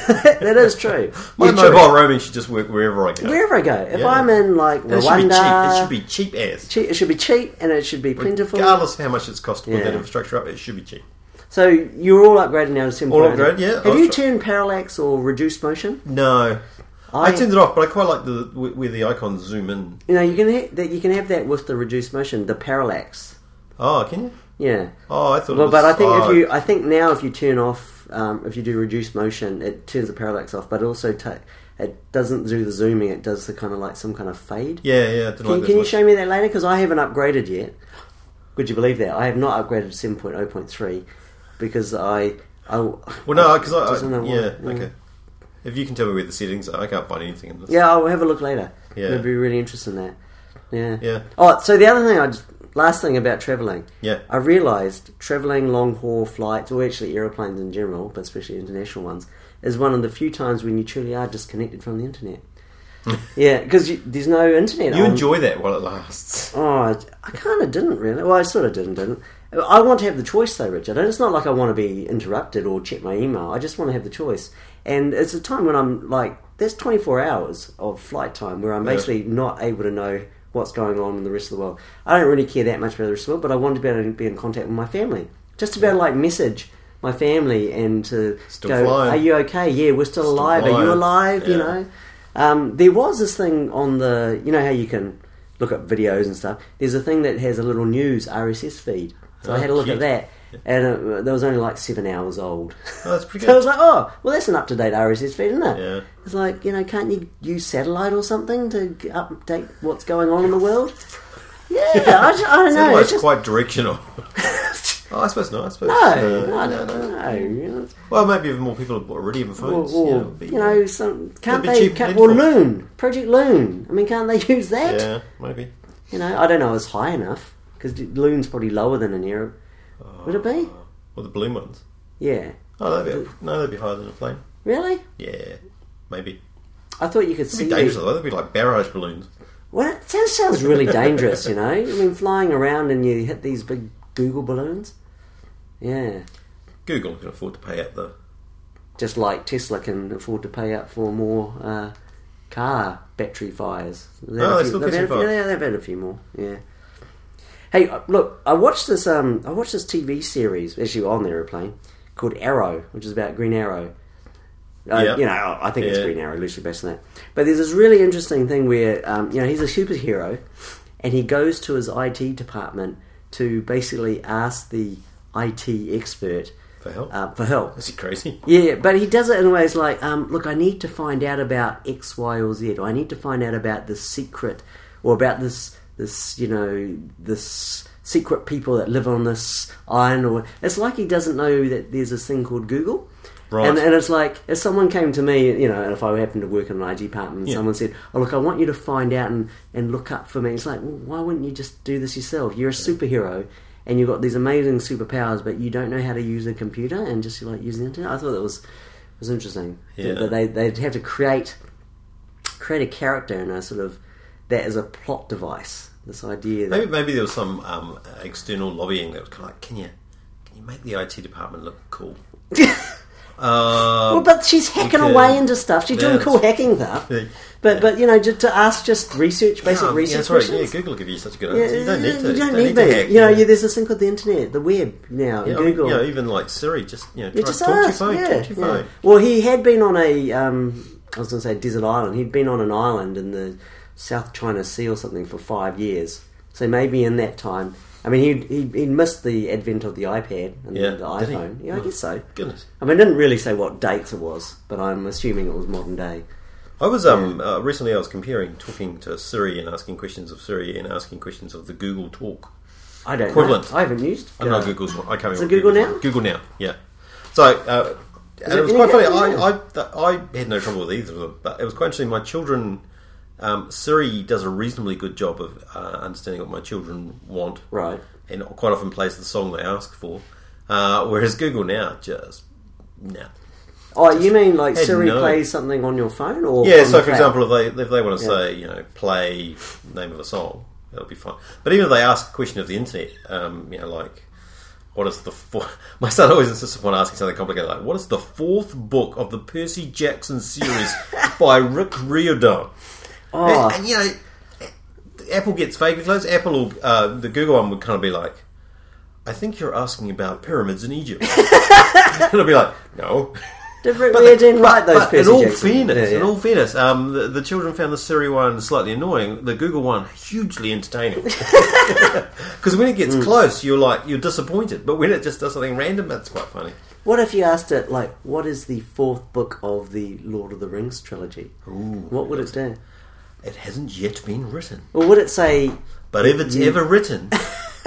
A: that is true.
B: My
A: You're true.
B: mobile roaming should just work wherever I go.
A: Wherever I go, if
B: Yeah.
A: I'm in like
B: And it should be cheap. It
A: Rwanda,
B: should be cheap as.
A: cheap- it should be cheap and it should be plentiful.
B: Regardless of how much it's cost to put
A: Yeah.
B: that infrastructure up, it should be cheap.
A: So you're all upgraded now to simple.
B: All upgraded, yeah.
A: Have
B: I'll
A: you
B: try-
A: turned parallax or reduced motion?
B: No. I,
A: I-
B: turned it off, but I quite like the wh- where the icons zoom in.
A: You know, you can ha- that you can have that with the reduced motion, the parallax.
B: Oh, can you?
A: Yeah.
B: Oh, I thought. it
A: Well,
B: was,
A: but I think
B: oh,
A: if you, I think now if you turn off, um, if you do reduced motion, it turns the parallax off, but it also ta it doesn't do the zooming. It does the kind of like some kind of fade.
B: Yeah, yeah. I didn't
A: Can,
B: like
A: can you
B: this
A: show me that later? Because I haven't upgraded yet. Would you believe that I have not upgraded seven point zero point three because I, I
B: Well, no, because
A: Doesn't
B: I,
A: know
B: I
A: why,
B: yeah,
A: yeah.
B: okay. If you can tell me where the settings are, I can't find anything in this.
A: yeah, I'll have a look later.
B: Yeah.
A: I'd be really interested in that. Yeah.
B: Yeah.
A: Oh, so the other thing I just, last thing about traveling.
B: Yeah.
A: I realised travelling long haul flights, or actually aeroplanes in general, but especially international ones, is one of the few times when you truly are disconnected from the internet. yeah, because there's no internet.
B: You
A: on-
B: enjoy that while it lasts.
A: Oh, I, I kind of didn't really. Well, I sort of didn't. Didn't. I want to have the choice though, Richard. And it's not like I want to be interrupted or check my email. I just want to have the choice. And it's a time when I'm like, there's 24 hours of flight time where I'm
B: Yeah.
A: basically not able to know what's going on in the rest of the world. I don't really care that much about the rest of the world, but I want to be able to be in contact with my family. Just to be able to like message my family and to
B: Still
A: go,
B: flying.
A: are you okay? Yeah, we're still,
B: Still
A: alive. Are you
B: flying.
A: alive? You
B: Yeah.
A: know. Um, there was this thing on the, you know how you can look up videos and stuff. There's a thing that has a little news RSS feed. So I
B: Oh,
A: had a look at
B: cute.
A: that, and uh that was only like seven hours old.
B: Oh, that's pretty
A: so I
B: good.
A: was like, oh, well, that's an up to date RSS feed, isn't it?
B: Yeah.
A: It's like, you know, can't you use satellite or something to g- update what's going on in the world? Yeah, I, ju- I don't know.
B: Otherwise,
A: It's
B: it's
A: just,
B: quite directional. oh, I suppose not. I suppose
A: no,
B: no,
A: I don't know. you know.
B: Well, maybe even more people have already even
A: Or,
B: phones.
A: or,
B: yeah, but-
A: you know, some can't
B: be
A: they?
B: cheap
A: Can't,
B: and
A: or
B: plentiful.
A: Loon, Project Loon. I mean, can't they use that?
B: yeah, maybe.
A: You know, I don't know. It's high enough because Loon's probably lower than an Arab. Would it be?
B: Or the balloon ones.
A: Yeah.
B: Oh, that'd be no, that'd be higher than a plane.
A: Really?
B: Yeah, maybe.
A: I thought you could
B: It'd
A: see.
B: be dangerous
A: me-
B: though. That'd be like barrage balloons.
A: Well, that sounds, sounds really dangerous, you know? I mean, flying around and you hit these big Google balloons. Yeah.
B: Google can afford to pay out the
A: Just like Tesla can afford to pay up for more uh, car battery fires. They've had
B: Oh,
A: a
B: they
A: few-
B: still
A: they've had a
B: catching
A: few-
B: fire.
A: yeah, they've had a few more, yeah. Hey, uh, look, I watched this. Um, I watched this TV series actually on the airplane called Arrow, which is about Green Arrow. Uh,
B: Yeah.
A: You know, I think it's
B: Yeah.
A: Green Arrow, loosely based on that. But there's this really interesting thing where, um, you know, he's a superhero, and he goes to his IT department to basically ask the IT expert
B: for help.
A: uh, for help.
B: Is he crazy?
A: Yeah, but he does it in ways like, um, look, I need to find out about X, Y, or Z, or I need to find out about this secret, or about this, this, you know, this secret people that live on this island. Or it's like he doesn't know that there's this thing called Google.
B: Right.
A: And, and it's like if someone came to me, you know, and if I happened to work in an IT department, and
B: Yeah.
A: someone said, "Oh, look, I want you to find out and, and look up for me." It's like, well, why wouldn't you just do this yourself? You're a superhero, and you've got these amazing superpowers, but you don't know how to use a computer and just like use the internet. I thought that was was interesting.
B: Yeah.
A: That they they'd have to create create a character and a sort of that is a plot device. This idea that
B: Maybe maybe there was some um, external lobbying that was kind of like, can you can you make the IT department look cool?
A: Well,
B: Um,
A: "Oh, but she's hacking
B: Okay.
A: away into stuff. She's doing
B: Yeah,
A: cool hacking stuff.
B: Yeah. Um,
A: But but you know, just to ask just research, basic
B: yeah,
A: research
B: yeah, that's right.
A: questions.
B: Yeah, Google will give you such a good
A: Yeah,
B: answer. you don't need to.
A: You don't,
B: need,
A: need,
B: to
A: that.
B: hack.
A: You know, yeah, there's this thing called the internet, the web now,
B: Yeah, I mean,
A: Google.
B: you know, even like Siri, just you know,
A: You
B: try,
A: ask,
B: talk to your phone,
A: yeah,
B: talk to your
A: yeah.
B: phone.
A: Well, he had been on a, um, I was going to say desert island. He'd been on an island in the South China Sea or something for five years. So maybe in that time, I mean, he he, he missed the advent of the iPad and
B: Yeah,
A: the
B: did he?
A: iPhone. Yeah, I
B: Oh.
A: guess so.
B: Goodness,
A: I mean, it didn't really say what dates it was, but I'm assuming it was modern day.
B: I was um uh, recently I was comparing talking to Siri and asking questions of Siri and asking questions of the Google Talk.
A: I don't
B: Equivalent.
A: know. I haven't used.
B: I know Google's one. I can't remember.
A: it Google
B: Google's
A: Now?
B: one. Google Now, yeah. So, uh, and
A: it
B: it was quite
A: any
B: funny.
A: good?
B: I, I, th- I had no trouble with either of them, but it was quite interesting. My children, um, Siri does a reasonably good job of uh, understanding what my children want,
A: Right.
B: And quite often plays the song they ask for. Uh, whereas Google Now just no.
A: Oh, you mean like Siri
B: no.
A: plays something on your phone, or
B: Yeah,
A: on
B: so
A: the
B: for
A: cloud?
B: example, if they if they want to
A: Yeah.
B: say you know play name of a song, that'll be fine. But even if they ask a question of the internet, um, you know like what is the four- my son always insists upon asking something complicated like what is the fourth book of the Percy Jackson series by Rick Riordan?
A: Oh.
B: And, and, you know, Apple gets vaguely close. Apple, will, uh, the Google one would kind of be like, I think you're asking about pyramids in Egypt. and it'll be like, no.
A: Did Rick Riordan write those
B: but in
A: Percy
B: all
A: Jackson?
B: fairness,
A: Yeah,
B: in
A: yeah.
B: all fairness, um, the, the children found the Siri one slightly annoying. The Google one hugely entertaining. Because when it
A: Hmm.
B: gets close, you're like you're disappointed. But when it just does something random, that's quite funny.
A: What if you asked it, like, what is the fourth book of the Lord of the Rings trilogy? what would it do?
B: It hasn't yet been written,
A: Well, would it say,
B: but if it's ever written,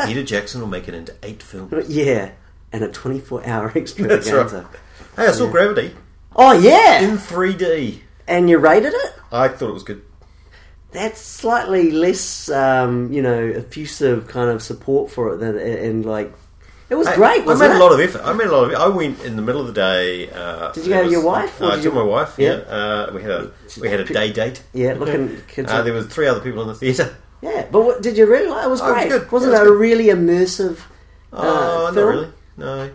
B: Peter Jackson will make it into eight films.
A: yeah, and a 24 hour
B: That's right.
A: extravaganza?
B: Hey, I saw Gravity
A: Oh, yeah!
B: in 3D.
A: And you rated it?
B: I thought it was good.
A: That's slightly less, um, you know, effusive kind of support for it than, and, and like, it was great,
B: I
A: wasn't
B: made
A: it?
B: a lot of effort. I made a lot of. I went in the middle of the day. Uh,
A: Did you go
B: there
A: with your wife, or
B: Uh, I
A: did
B: took
A: you-
B: my wife.
A: Yeah.
B: Yeah, Uh, we had a we had a day date.
A: Yeah, looking kids.
B: Uh,
A: up.
B: there was three other people in the theatre.
A: yeah, but what, did you really like it? was
B: Oh, it was
A: great.
B: good.
A: Wasn't
B: It
A: it,
B: was
A: a
B: good.
A: really immersive uh,
B: Oh, not
A: film?
B: really. No,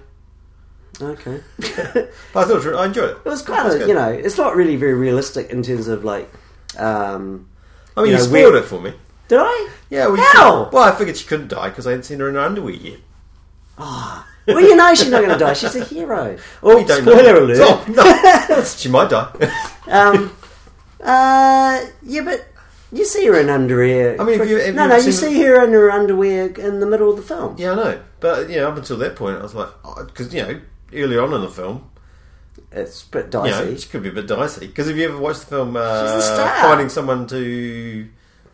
A: Okay.
B: but I thought it was, re- I enjoyed it.
A: It was kind of, you know, it's not really very realistic in terms of like, um,
B: I
A: you
B: mean, you,
A: know,
B: spoiled
A: we-
B: it for me.
A: did I?
B: Yeah, well, you
A: How?
B: Well, I figured she couldn't die because I hadn't seen her in her underwear yet.
A: Well, you know she's not going to die. She's a hero.
B: We
A: Oh,
B: don't
A: spoiler
B: know.
A: alert.
B: Oh, no. she might die.
A: Um, uh, yeah, but you see her in underwear.
B: I mean, have you- have
A: no,
B: you
A: no,
B: ever
A: you
B: seen-
A: see her in her underwear in the middle of the film.
B: Yeah, I know. But you know, up until that point, I was like, because you know, earlier on in the film,
A: It's a bit
B: you
A: dicey.
B: know, it could be a bit dicey. Because if you ever watched the film, uh,
A: She's the star.
B: finding someone to,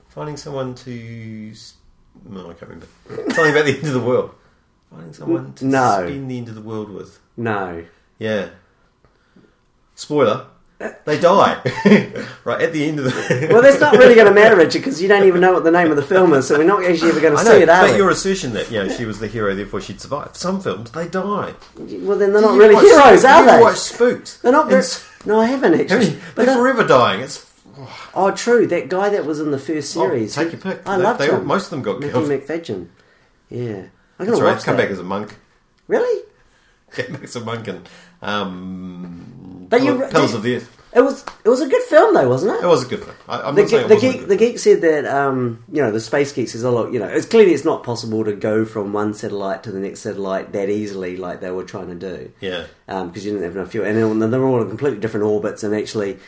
B: finding someone to, s- no, I can't remember something about the end of the world. Finding someone to
A: No.
B: spend the end of the world with.
A: No.
B: Yeah. Spoiler. They die right at the end of the.
A: Well, that's not really going to matter, Richard, because you don't even know what the name of the film is, so we're not actually ever going to
B: I
A: see
B: know,
A: it, are
B: but
A: we?
B: your assertion that you know she was the hero, therefore she'd survive. Some films they die.
A: Well, then they're not
B: You
A: really
B: watch-
A: heroes, are
B: you
A: they?
B: Watch Spooked.
A: They're not.
B: And
A: Very... No, I haven't actually.
B: They're
A: But they're-
B: forever dying. It's
A: Oh, true. That guy that was in the first
B: Oh,
A: series.
B: take your pick.
A: I
B: They-
A: loved
B: they-
A: him.
B: Most of them got
A: Mickey
B: killed.
A: McFadgen. Yeah, I'm gonna
B: That's right.
A: watch
B: Come
A: that.
B: back as a monk.
A: Really?
B: Came back as a monk and um,
A: But you-
B: Pillars Pillars of the Earth.
A: It was it was a good film though, wasn't it?
B: It was a good one. I, I'm
A: the,
B: not saying
A: ge-
B: it
A: the
B: wasn't a
A: geek,
B: good
A: the
B: one.
A: geek said that um, you know the space geek says, "Oh look, you know, it's clearly it's not possible to go from one satellite to the next satellite that easily, like they were trying to do,
B: Yeah.
A: because you didn't have enough fuel, and then they're all in completely different orbits, and actually,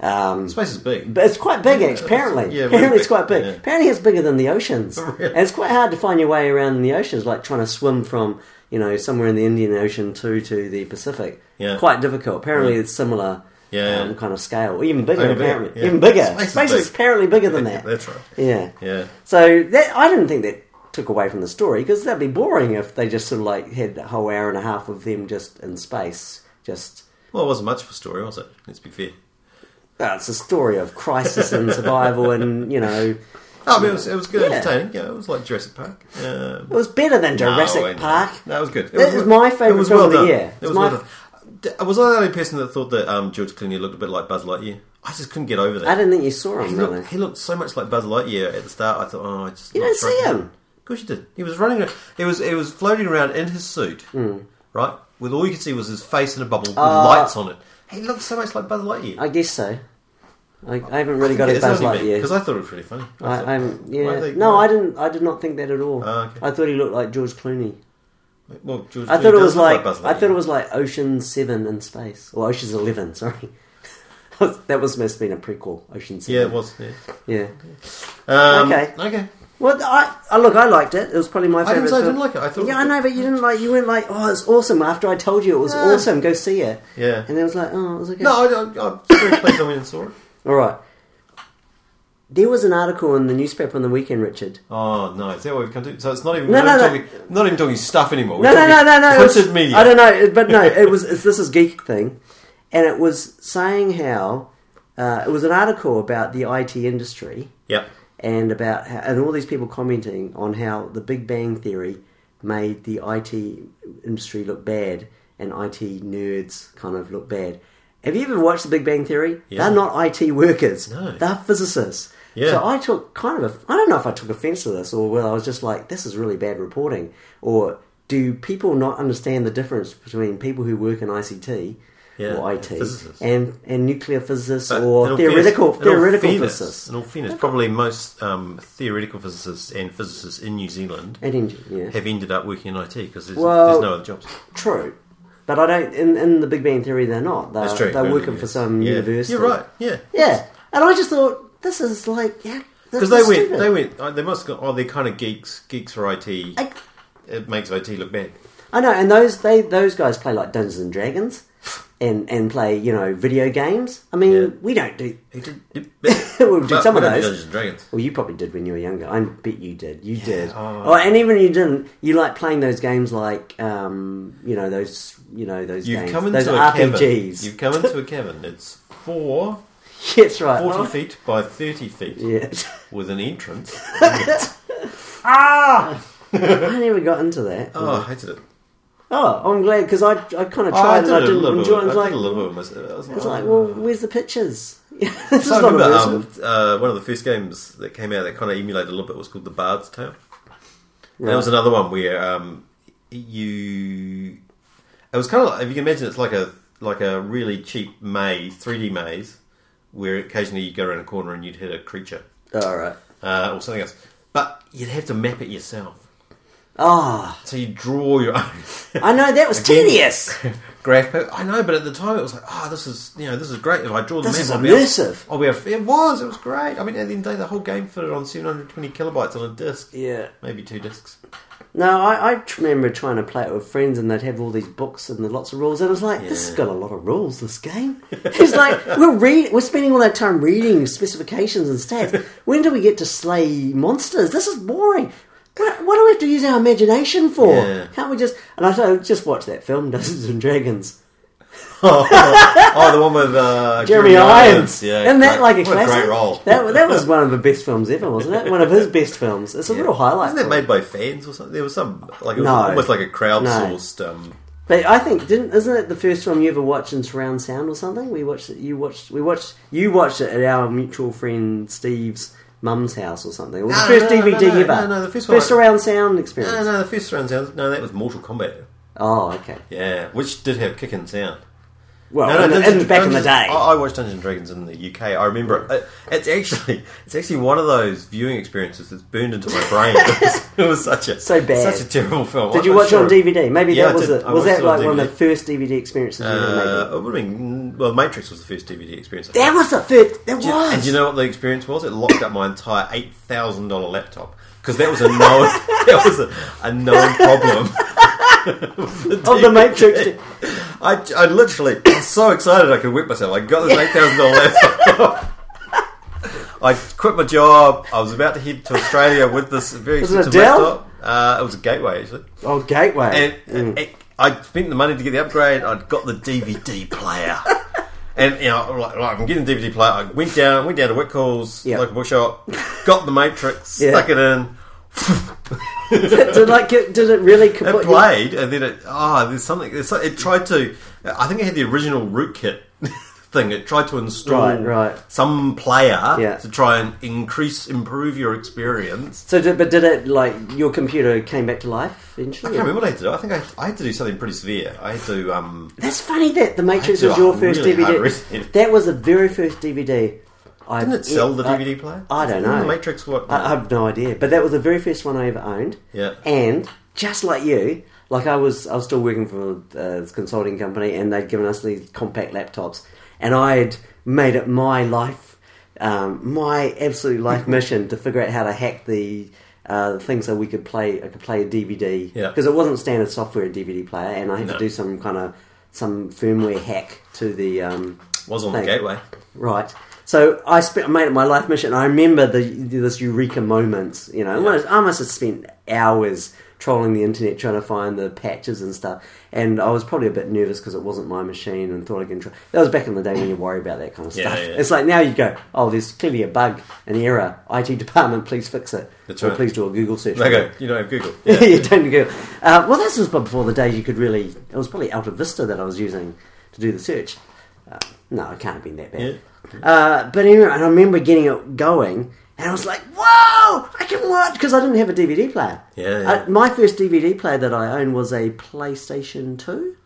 A: um,
B: Space is big.
A: but it's quite big,
B: Yeah,
A: actually, apparently.
B: it's- yeah,
A: apparently,
B: really
A: it's quite big.
B: big, yeah. Oh,
A: Apparently, it's bigger than the oceans.
B: Really?
A: And it's quite hard to find your way around in the oceans, like trying to swim from, you know, somewhere in the Indian Ocean to to the Pacific.
B: Yeah.
A: Quite difficult. Apparently, it's similar
B: Yeah.
A: um, kind of scale. or Even bigger,
B: Only bigger,
A: apparently.
B: yeah.
A: Even bigger.
B: Space
A: Space,
B: is
A: is
B: big.
A: apparently bigger than that.
B: That's right.
A: Yeah.
B: Yeah.
A: So that I didn't think that took away from the story because that'd be boring if they just sort of like had a whole hour and a half of them just in space. Just
B: Well, it wasn't much of a story, was it? Let's be fair.
A: oh, it's a story of crisis and survival and you know.
B: Oh, I mean, it was, it was good
A: Yeah.
B: entertaining. Yeah, it was like Jurassic Park. Um,
A: It was better than Jurassic
B: No, I know.
A: Park.
B: No, it was good. It
A: That is my favourite film of the year. It's
B: It was
A: my
B: well
A: f-
B: done. D- Was I the only person that thought that um, George Clooney looked a bit like Buzz Lightyear? I just couldn't get over that.
A: I didn't think you saw him
B: he,
A: really.
B: looked, he looked so much like Buzz Lightyear at the start. I thought, oh, I just
A: You
B: not
A: don't see
B: sure I can-
A: him.
B: Of course you did. He was running. around- He was he was floating around in his suit,
A: Hmm.
B: right? With all you could see was his face in a bubble with lights on it. He looked so much like Buzz Lightyear.
A: Ah. I guess so. I, I haven't really got a Buzz
B: because
A: Lightyear.
B: I thought it was pretty funny.
A: I,
B: thought,
A: I'm
B: why
A: yeah.
B: are they-
A: no, I didn't. I did not think that at all.
B: Ah, okay.
A: I thought he looked like George Clooney.
B: Well, George
A: I
B: Clooney
A: thought it
B: does
A: was
B: look
A: like
B: Buzz
A: I
B: Lightyear.
A: thought it was like Ocean Seven in space or Ocean's Eleven. Sorry, that was must have been a prequel. Ocean Seven.
B: Yeah, it was. Yeah.
A: Yeah.
B: Um,
A: Okay.
B: Okay.
A: Well, I, I look. I liked it. It was probably my
B: I
A: favorite.
B: didn't say I
A: film.
B: didn't like it. I thought
A: yeah, I know, but you didn't like. You weren't like, oh, it's awesome. After I told you it was
B: Yeah.
A: awesome, go see it.
B: Yeah.
A: And then it was like, oh, it was okay.
B: No, I, I, I'm very pleased I went and saw it.
A: All right. There was an article in the newspaper on the weekend, Richard.
B: Oh no, is that what we've come to? So it's not even,
A: No,
B: not,
A: no,
B: even talking, not even talking stuff anymore. We're
A: No, no, no,
B: talking
A: no, no. it was-
B: Printed media.
A: I don't know, it- but no, it was it's, this is geek thing, and it was saying how uh, it was an article about the IT industry
B: Yep.
A: and about how, and all these people commenting on how the Big Bang Theory made the IT industry look bad and IT nerds kind of look bad. Have you ever watched the Big Bang Theory?
B: Yeah.
A: They're not IT workers.
B: No.
A: They're physicists.
B: Yeah.
A: So I took kind of a I don't know if I took offense to this or whether I was just like this is really bad reporting or do people not understand the difference between people who work in ICT
B: Yeah,
A: or
B: and
A: IT
B: physicists.
A: and, and nuclear physicists
B: But in
A: or
B: all
A: theoretical
B: fairness- in all
A: theoretical
B: fairness-
A: physicists
B: In all fairness, probably most um, theoretical physicists and physicists in New Zealand
A: and engineers. yeah.
B: have ended up working in IT because there's,
A: Well- uh,
B: there's no other jobs.
A: True, but I don't. In, in the Big Bang Theory, they're not. They're,
B: That's true.
A: They're
B: Really,
A: working
B: yes.
A: for some
B: Yeah.
A: university.
B: You're right. Yeah.
A: Yeah, and I just thought this is like yeah,
B: Because they went, they went. oh, They must. Go, oh, they're kind of geeks. Geeks for IT.
A: I,
B: it makes IT look bad.
A: I know, and those they those guys play like Dungeons and Dragons, and and play you know video games. I mean,
B: Yeah.
A: we don't do.
B: Who did? did
A: We'll do
B: But
A: some
B: we
A: of
B: don't do
A: those.
B: Dungeons and Dragons.
A: Well, you probably did when you were younger. I bet you did. You did.
B: oh.
A: Oh, and even if you didn't, you like playing those games like, um, you know, those, you know, those
B: You've
A: games.
B: come into
A: those
B: a cavern.
A: RPGs.
B: You've come into a cavern. It's four
A: Yeah, that's right.
B: 40
A: Oh,
B: feet by 30 feet
A: Yeah.
B: with an entrance. Ah!
A: I never got into that.
B: oh, I hated it.
A: Oh, I'm glad because I, I kind of
B: Oh,
A: tried and I
B: it
A: didn't enjoy. it.
B: bit.
A: It's
B: I
A: like,
B: did a little bit. myself. I was
A: it's
B: like,
A: like,
B: oh.
A: well, where's the pictures? this is
B: So I
A: not a
B: remember
A: person.
B: um, uh, one of the first games that came out that kind of emulated a little bit was called The Bard's Tale. And There was another one where um, you. It was kind of like, if you can imagine, it's like a like a really cheap maze, 3D maze, where occasionally you go around a corner and you'd hit a creature
A: All right.
B: uh, or something else. But you'd have to map it yourself.
A: Ah,
B: So you draw your own.
A: I know that was
B: Again.
A: tedious.
B: graph. I know, but at the time it was like, oh, this is you know, this is great. If I draw the
A: This
B: map,
A: is
B: I'll be able-
A: immersive.
B: I'll be able- it was, it was great. I mean, at the end of the day, the whole game fitted on 720 kilobytes on a disc,
A: Yeah.
B: maybe two discs.
A: No, I, I t- remember trying to play it with friends, and they'd have all these books and the lots of rules, and I was like, "This has
B: Yeah.
A: got a lot of rules. This game." it's like we're read, we're spending all our time reading specifications and stats. When do we get to slay monsters? This is boring. What, what do we have to use our imagination for?
B: Yeah.
A: Can't we just? And I thought, just watch that film, Dungeons and Dragons.
B: Oh, the one with uh,
A: Jeremy Irons.
B: yeah,
A: Isn't that
B: great-
A: like a
B: what
A: classic?
B: great role?
A: That, that was one of the best films ever, wasn't it? One of his best films. It's a real highlight.
B: Wasn't that
A: for
B: made by fans or something? There was some like it was
A: No.
B: almost like a crowdsourced. Um,
A: But I think didn't isn't it the first film you ever watched in surround sound or something? We watched it. You watched. We watched. You watched it at our mutual friend Steve's mum's house or something. It was
B: No,
A: the first
B: no, no,
A: DVD
B: no, no,
A: ever.
B: no, no, the first one
A: first
B: I-
A: surround sound experience.
B: No, no, the first round sound. No, that was Mortal Kombat.
A: Oh, okay.
B: Yeah, which did have kicking sound.
A: Well,
B: No, no,
A: in the-
B: Oh, Dungeons-
A: in the- back in the
B: Dungeons-
A: day.
B: I, I watched Dungeons and Dragons in the UK. I remember it. it. It's actually, it's actually one of those viewing experiences that's burned into my brain. it, was, it was such a
A: So bad.
B: such a terrible film.
A: Did
B: oh, I'm
A: you
B: not
A: watch
B: sure
A: it on DVD? Maybe
B: Yeah, I
A: that was
B: did.
A: it.
B: I
A: Was
B: watched
A: that
B: it on
A: like one of the
B: DVD.
A: first DVD experiences you ever made?
B: Uh, it would have been well. Matrix was the first DVD experience. I
A: That
B: think.
A: was the first. That
B: Do you-
A: was.
B: And do you know what the experience was? It locked up my entire eight thousand dollar laptop because that was a known that was a, a known problem.
A: of the Matrix.
B: I, I literally I was so excited I could whip myself. I got this eight thousand dollar laptop. I quit my job. I was about to head to Australia with this very
A: Was it a
B: expensive
A: Dell?
B: laptop. Uh, it was a Gateway actually,
A: Oh, Gateway.
B: and it, I spent the money to get the upgrade. I'd got the DVD player, and you know, like, like, I'm getting the DVD player. I went down, went down to Whitcall's
A: Yeah.
B: local bookshop, got the Matrix,
A: Yeah.
B: stuck it in.
A: did like it, did it really
B: It
A: completely?
B: played, and then it ah, there's something. There's, so- it tried to. I think it had the original rootkit thing. It tried to install
A: Right, right.
B: some player
A: Yeah.
B: to try and increase, improve your experience.
A: So, did, but did it like your computer came back to life eventually?
B: I can't remember what I had to do. I think I, I had to do something pretty severe. I had to. Um,
A: That's funny that The Matrix
B: I do
A: was your
B: a
A: first
B: really hard reason.
A: DVD. That was the very first DVD. I,
B: didn't it sell the
A: I-
B: DVD player?
A: I don't
B: Wasn't
A: know.
B: The Matrix. What?
A: I, I have no idea. But that was the very first one I ever owned.
B: Yeah.
A: And just like you, like I was, I was still working for uh, this consulting company, and they'd given us these compact laptops, and I had made it my life, um, my absolute life mission to figure out how to hack the. Uh, things so we could play, I could play a DVD
B: Yeah.
A: because it wasn't standard software DVD player, and I had
B: No.
A: to do some kind of some firmware hack to the um,
B: was on the
A: thing.
B: gateway.
A: Right. So I spent, made it my life mission. I remember the this eureka moment. You know, I must- I must have spent hours trolling the internet trying to find the patches and stuff. And I was probably a bit nervous because it wasn't my machine and thought I could. Try. That was back in the day when you worry about that kind of
B: Yeah,
A: stuff.
B: yeah.
A: It's like now you go, oh, there's clearly a bug, an error. IT department, please fix it.
B: That's
A: or
B: right.
A: please do a Google search.
B: They
A: on
B: go,
A: it."
B: you don't have Google.
A: Yeah,
B: Yeah.
A: you don't go. Uh, well, this was before the days you could really. It was probably Alta Vista that I was using to do the search. Uh, no, it can't have been that bad. Uh, but anyway, and I remember getting it going, and I was like, "Whoa, I can watch!" Because I didn't have a DVD player.
B: Yeah, yeah.
A: Uh, my first DVD player that I owned was a PlayStation Two.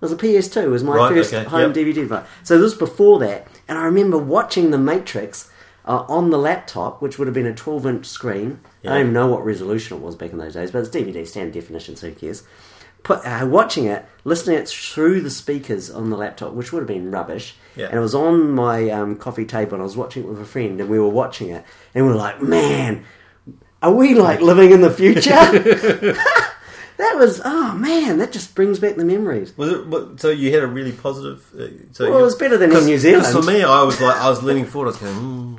A: It was a PS2. It was my
B: Right,
A: first
B: okay,
A: home
B: yep.
A: DVD player. So this was before that, and I remember watching The Matrix uh, on the laptop, which would have been a 12-inch screen. I don't even know what resolution it was back in those days, but it's DVD standard definition, so who cares? Put, uh, watching it, listening it through the speakers on the laptop, which would have been rubbish,
B: Yeah.
A: and it was on my um, coffee table, and I was watching it with a friend, and we were watching it, and we were like, man, are we like living in the future? that was oh man, that just brings back the memories.
B: Was it, what- so you had a really positive. uh, So
A: Well,
B: you-
A: it was better than in
B: 'cause-
A: New Zealand.
B: 'cause For me, I was like, I was leaning forward. I was going, mm,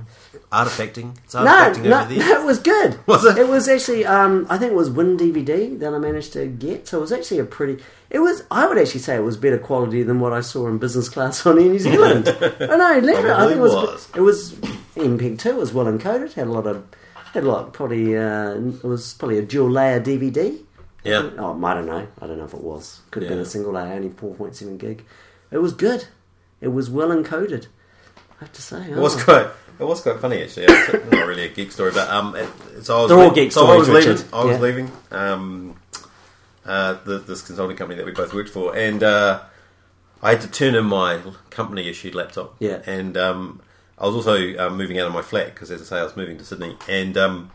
B: artifacting. It's
A: No,
B: artifacting
A: no,
B: over there.
A: no, it was good.
B: Was it?
A: It was actually, um, I think it was Win DVD that I managed to get. So it was actually a pretty. It was, I would actually say, it was better quality than what I saw in business class on Air New Zealand. I know, literally, I
B: Probably
A: think it was.
B: was.
A: It was MPEG two. It was well encoded. Had a lot of, had a lot probably. Uh, it was probably a dual layer DVD.
B: Yeah.
A: Oh, I don't know. I don't know if it was. Could have been
B: Yeah.
A: a single layer, only four point seven gig. It was good. It was well encoded. I have to say. Oh.
B: It was quite. It was quite funny actually. It's not really a geek story, but um, it, so I was.
A: They're all
B: le-
A: geek
B: so I was
A: stories,
B: leaving.
A: Richard.
B: I was
A: Yeah.
B: leaving. Um, uh, the, this consulting company that we both worked for, and uh, I had to turn in my company issued laptop.
A: Yeah.
B: and um, I was also uh, moving out of my flat because, as I say, I was moving to Sydney, and um,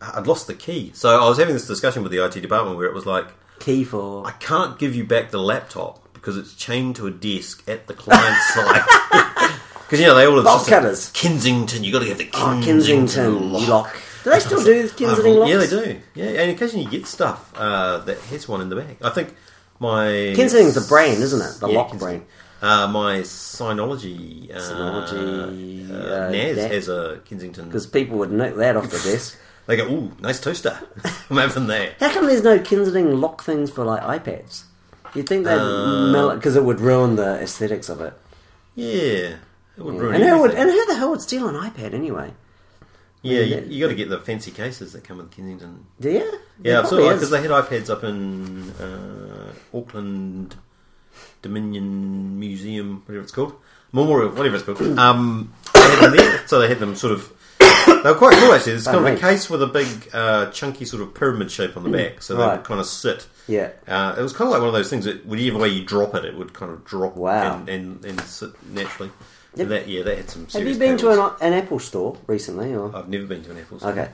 B: I'd lost the key. So I was having this discussion with the IT department where it was like,
A: key for.
B: I can't give you back the laptop because it's chained to a desk at the client site. Because you know they all have
A: Bolt
B: systems.
A: cutters.
B: Kensington. You got to get the
A: Oh,
B: Kensington,
A: Kensington
B: lock.
A: lock. Do they still do Kensington locks?
B: Yeah, they do. Yeah, and occasionally you get stuff uh, that has one in the back. I think my
A: Kensington's the brain, isn't it? The
B: Yeah,
A: lock
B: Kensington.
A: brain.
B: Uh, my Synology, uh,
A: Synology,
B: uh,
A: uh,
B: NAS
A: that-
B: has a Kensington.
A: Because people would nick that off the desk.
B: They go, ooh, nice toaster. I'm having that.
A: How come there's no Kensington lock things for like iPads? You'd think they'd mill it because it would ruin the aesthetics of it.
B: Yeah, it would ruin
A: And who, would,
B: everything.
A: and who the hell would steal an iPad anyway?
B: Yeah,
A: Maybe
B: you,
A: that-
B: you got to get the fancy cases that come with Kensington.
A: Do you?
B: Yeah,
A: It probably
B: absolutely. Because
A: is.
B: they had iPads up in uh, Auckland Dominion Museum, whatever it's called, Memorial, whatever it's called. Um, they had them there, so they had them sort of. They were quite cool actually. It's kind of a
A: Right.
B: case with a big, uh, chunky sort of pyramid shape on the back, so they
A: Right.
B: would kind of sit.
A: Yeah.
B: Uh, it was kind of like one of those things that, whatever way you drop it, it would kind of drop
A: Wow.
B: and, and, and sit naturally.
A: Yep.
B: And that, yeah, that had some.
A: Have
B: serious
A: you been to
B: cables.
A: an, an Apple store recently? Or
B: I've never been to an Apple. Store.
A: okay,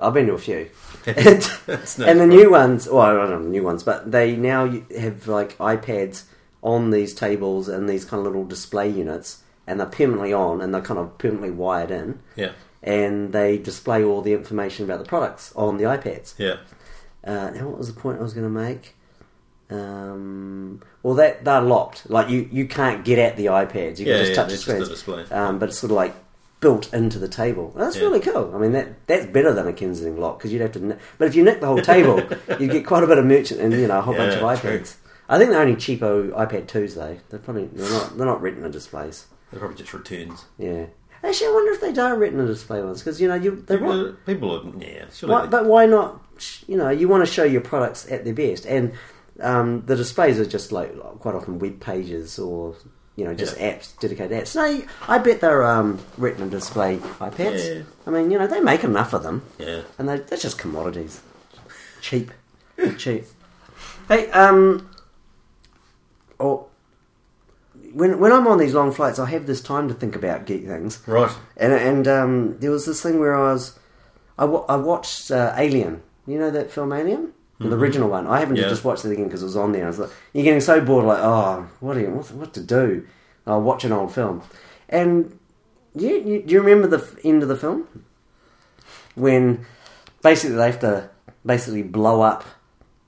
A: I've been to a few, and,
B: That's no
A: and the
B: problem.
A: new ones. Well, I don't know the new ones, but they now you- have like iPads on these tables and these kind of little display units, and they're permanently on and they're kind of permanently wired in,
B: Yeah,
A: and they display all the information about the products on the iPads.
B: yeah.
A: Uh, now, what was the point I was going to make? Um, well, that they're locked. Like you, you can't get at the iPads. You
B: Yeah,
A: can just
B: yeah,
A: touch the
B: it's just
A: screens.
B: the display.
A: Um, but it's sort of like built into the table. And that's
B: Yeah.
A: really cool. I mean, that that's better than a Kensington lock because you'd have to. Kn- but if you nick the whole table, you get quite a bit of merchant and you know a whole bunch of
B: Yeah,
A: iPads.
B: true.
A: I think they're only cheapo iPad twos though. They're probably they're not they're not Retina displays.
B: They're probably just returns.
A: Yeah. Actually, I wonder if they do Retina display ones because you know you they
B: People, are, people are, yeah, surely
A: why,
B: they-
A: but why not? You know, you want to show your products at their best, and um, the displays are just like quite often web pages or you know just
B: Yeah.
A: apps dedicated apps. No, I bet they're um, Retina display iPads.
B: Yeah.
A: I mean, you know, they make enough of them,
B: yeah.
A: and they, they're just commodities, cheap, cheap. Hey, um, oh, when when I'm on these long flights, I have this time to think about geek things.
B: Right.
A: And and um, there was this thing where I was, I wa- I watched uh, Alien. You know that film Alien, the original one. I haven't
B: Yeah.
A: just watched it again because it was on there. I was like, you're getting so bored, like, oh, what do you, what, what to do? I'll watch an old film. And you, you, do you remember the f- end of the film when basically they have to basically blow up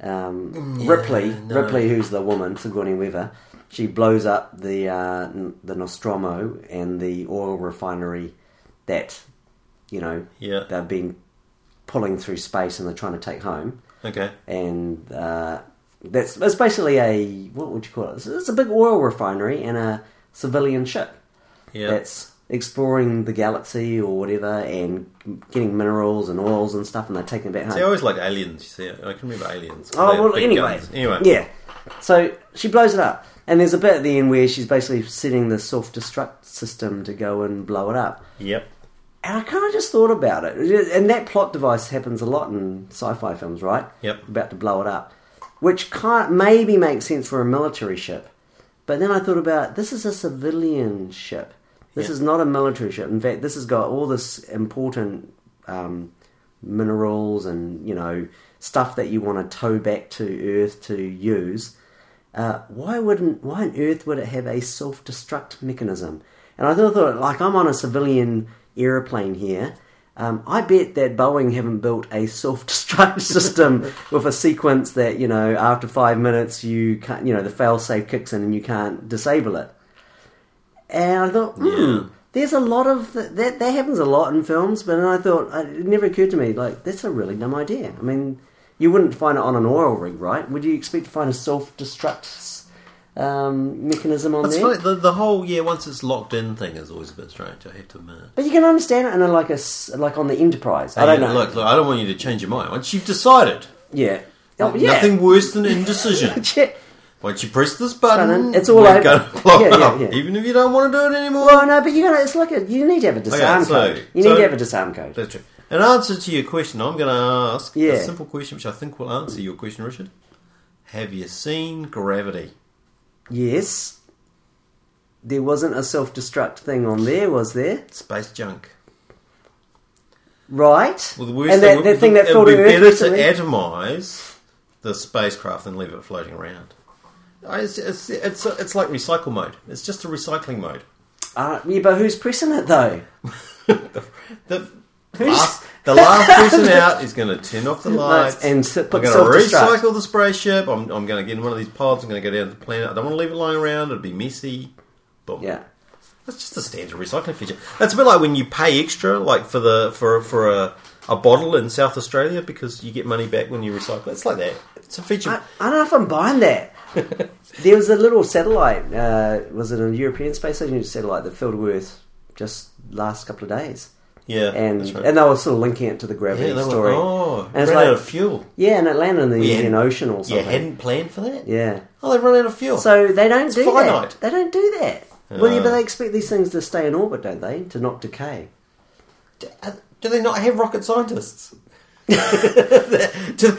A: um, Ripley?
B: Mm, no.
A: Ripley, who's the woman, Sigourney Weaver. She blows up the uh, n- the Nostromo and the oil refinery that you know
B: Yeah.
A: they've been pulling through space and they're trying to take home.
B: Okay.
A: And uh, that's it's basically a what would you call it? It's, it's a big oil refinery and a civilian ship
B: Yeah.
A: that's exploring the galaxy or whatever and getting minerals and oils and stuff and they're taking it back home.
B: See, I always like aliens. You see, I can remember aliens. They
A: Oh
B: had
A: well,
B: big
A: anyway,
B: guns. Anyway.
A: yeah. So she blows it up, and there's a bit at the end where she's basically setting the self-destruct system to go and blow it up.
B: Yep.
A: And I kind of just thought about it, and that plot device happens a lot in sci-fi films, right?
B: Yep.
A: About to blow it up, which can't maybe makes sense for a military ship, but then I thought about this is a civilian ship. This
B: Yeah.
A: is not a military ship. In fact, this has got all this important um, minerals and you know stuff that you want to tow back to Earth to use. Uh, why wouldn't? Why on earth would it have a self-destruct mechanism? And I thought, thought like I'm on a civilian airplane here. Um, I bet that Boeing haven't built a self-destruct system with a sequence that you know after five minutes you can't, you know the fail-safe kicks in and you can't disable it. And I thought, hmm,
B: Yeah.
A: there's a lot of th- that. That happens a lot in films, but then I thought uh, it never occurred to me like that's a really dumb idea. I mean, you wouldn't find it on an oil rig, right? Would you expect to find a self-destruct um, mechanism on
B: That's
A: there?
B: funny. The, the whole yeah, once it's locked in thing is always a bit strange. I have to admit.
A: But you can understand it, and then like a s- like on the Enterprise, I
B: Hey,
A: don't know.
B: Look, look, I don't want you to change your mind. Once you've decided,
A: yeah. Oh, yeah.
B: nothing worse than indecision.
A: Yeah.
B: Once you press this button,
A: Button, it's all
B: we're
A: over.
B: Gonna blow
A: Yeah, yeah,
B: up.
A: yeah.
B: Even if you don't want to do it anymore.
A: Well, no, but you gotta. It's like a. You need to have a disarm
B: so-
A: code. You
B: so-
A: need to have a disarm code.
B: That's true. In answer to your question, I'm going to ask
A: Yeah.
B: a simple question, which I think will answer your question, Richard. Have you seen Gravity?
A: yes. There wasn't a self-destruct thing on there, was there?
B: Space junk.
A: Right.
B: Well, the worst
A: and that,
B: would-
A: that thing that
B: it
A: fell
B: would
A: to
B: be
A: Earth
B: better
A: recently.
B: to atomize the spacecraft than leave it floating around. I- It's, it's, it's, it's like recycle mode. It's just a recycling mode.
A: Uh, yeah, but who's pressing it though?
B: the, the, last, the last person out is going to turn off the
A: Lights
B: lights
A: and sit-
B: I'm
A: put
B: going to
A: self-destruct.
B: recycle the spray ship. I'm, I'm going to get in one of these pods. I'm going to go down to the planet. I don't want to leave it lying around. It'll be messy. Boom.
A: Yeah.
B: That's just a standard recycling feature. That's a bit like when you pay extra, like for the for for a, a bottle in South Australia because you get money back when you recycle. It's like that. It's a feature.
A: I, I don't know if I'm buying that. there was a little satellite. Uh, was it a European space agency satellite that fell to Earth just last couple of days?
B: Yeah,
A: and
B: that's right.
A: and they were sort of linking it to the gravity
B: yeah, they were,
A: story.
B: oh,
A: And
B: ran
A: it's
B: out
A: like-
B: of fuel.
A: Yeah, and it landed in the
B: Yeah.
A: Indian Ocean or
B: Yeah,
A: something.
B: hadn't planned for that.
A: Yeah.
B: Oh, they run out of fuel.
A: So they don't do
B: finite.
A: that. They don't do that. well, yeah,
B: Uh.
A: but they expect these things to stay in orbit, don't they? To not decay.
B: do, do they not have rocket scientists? Do-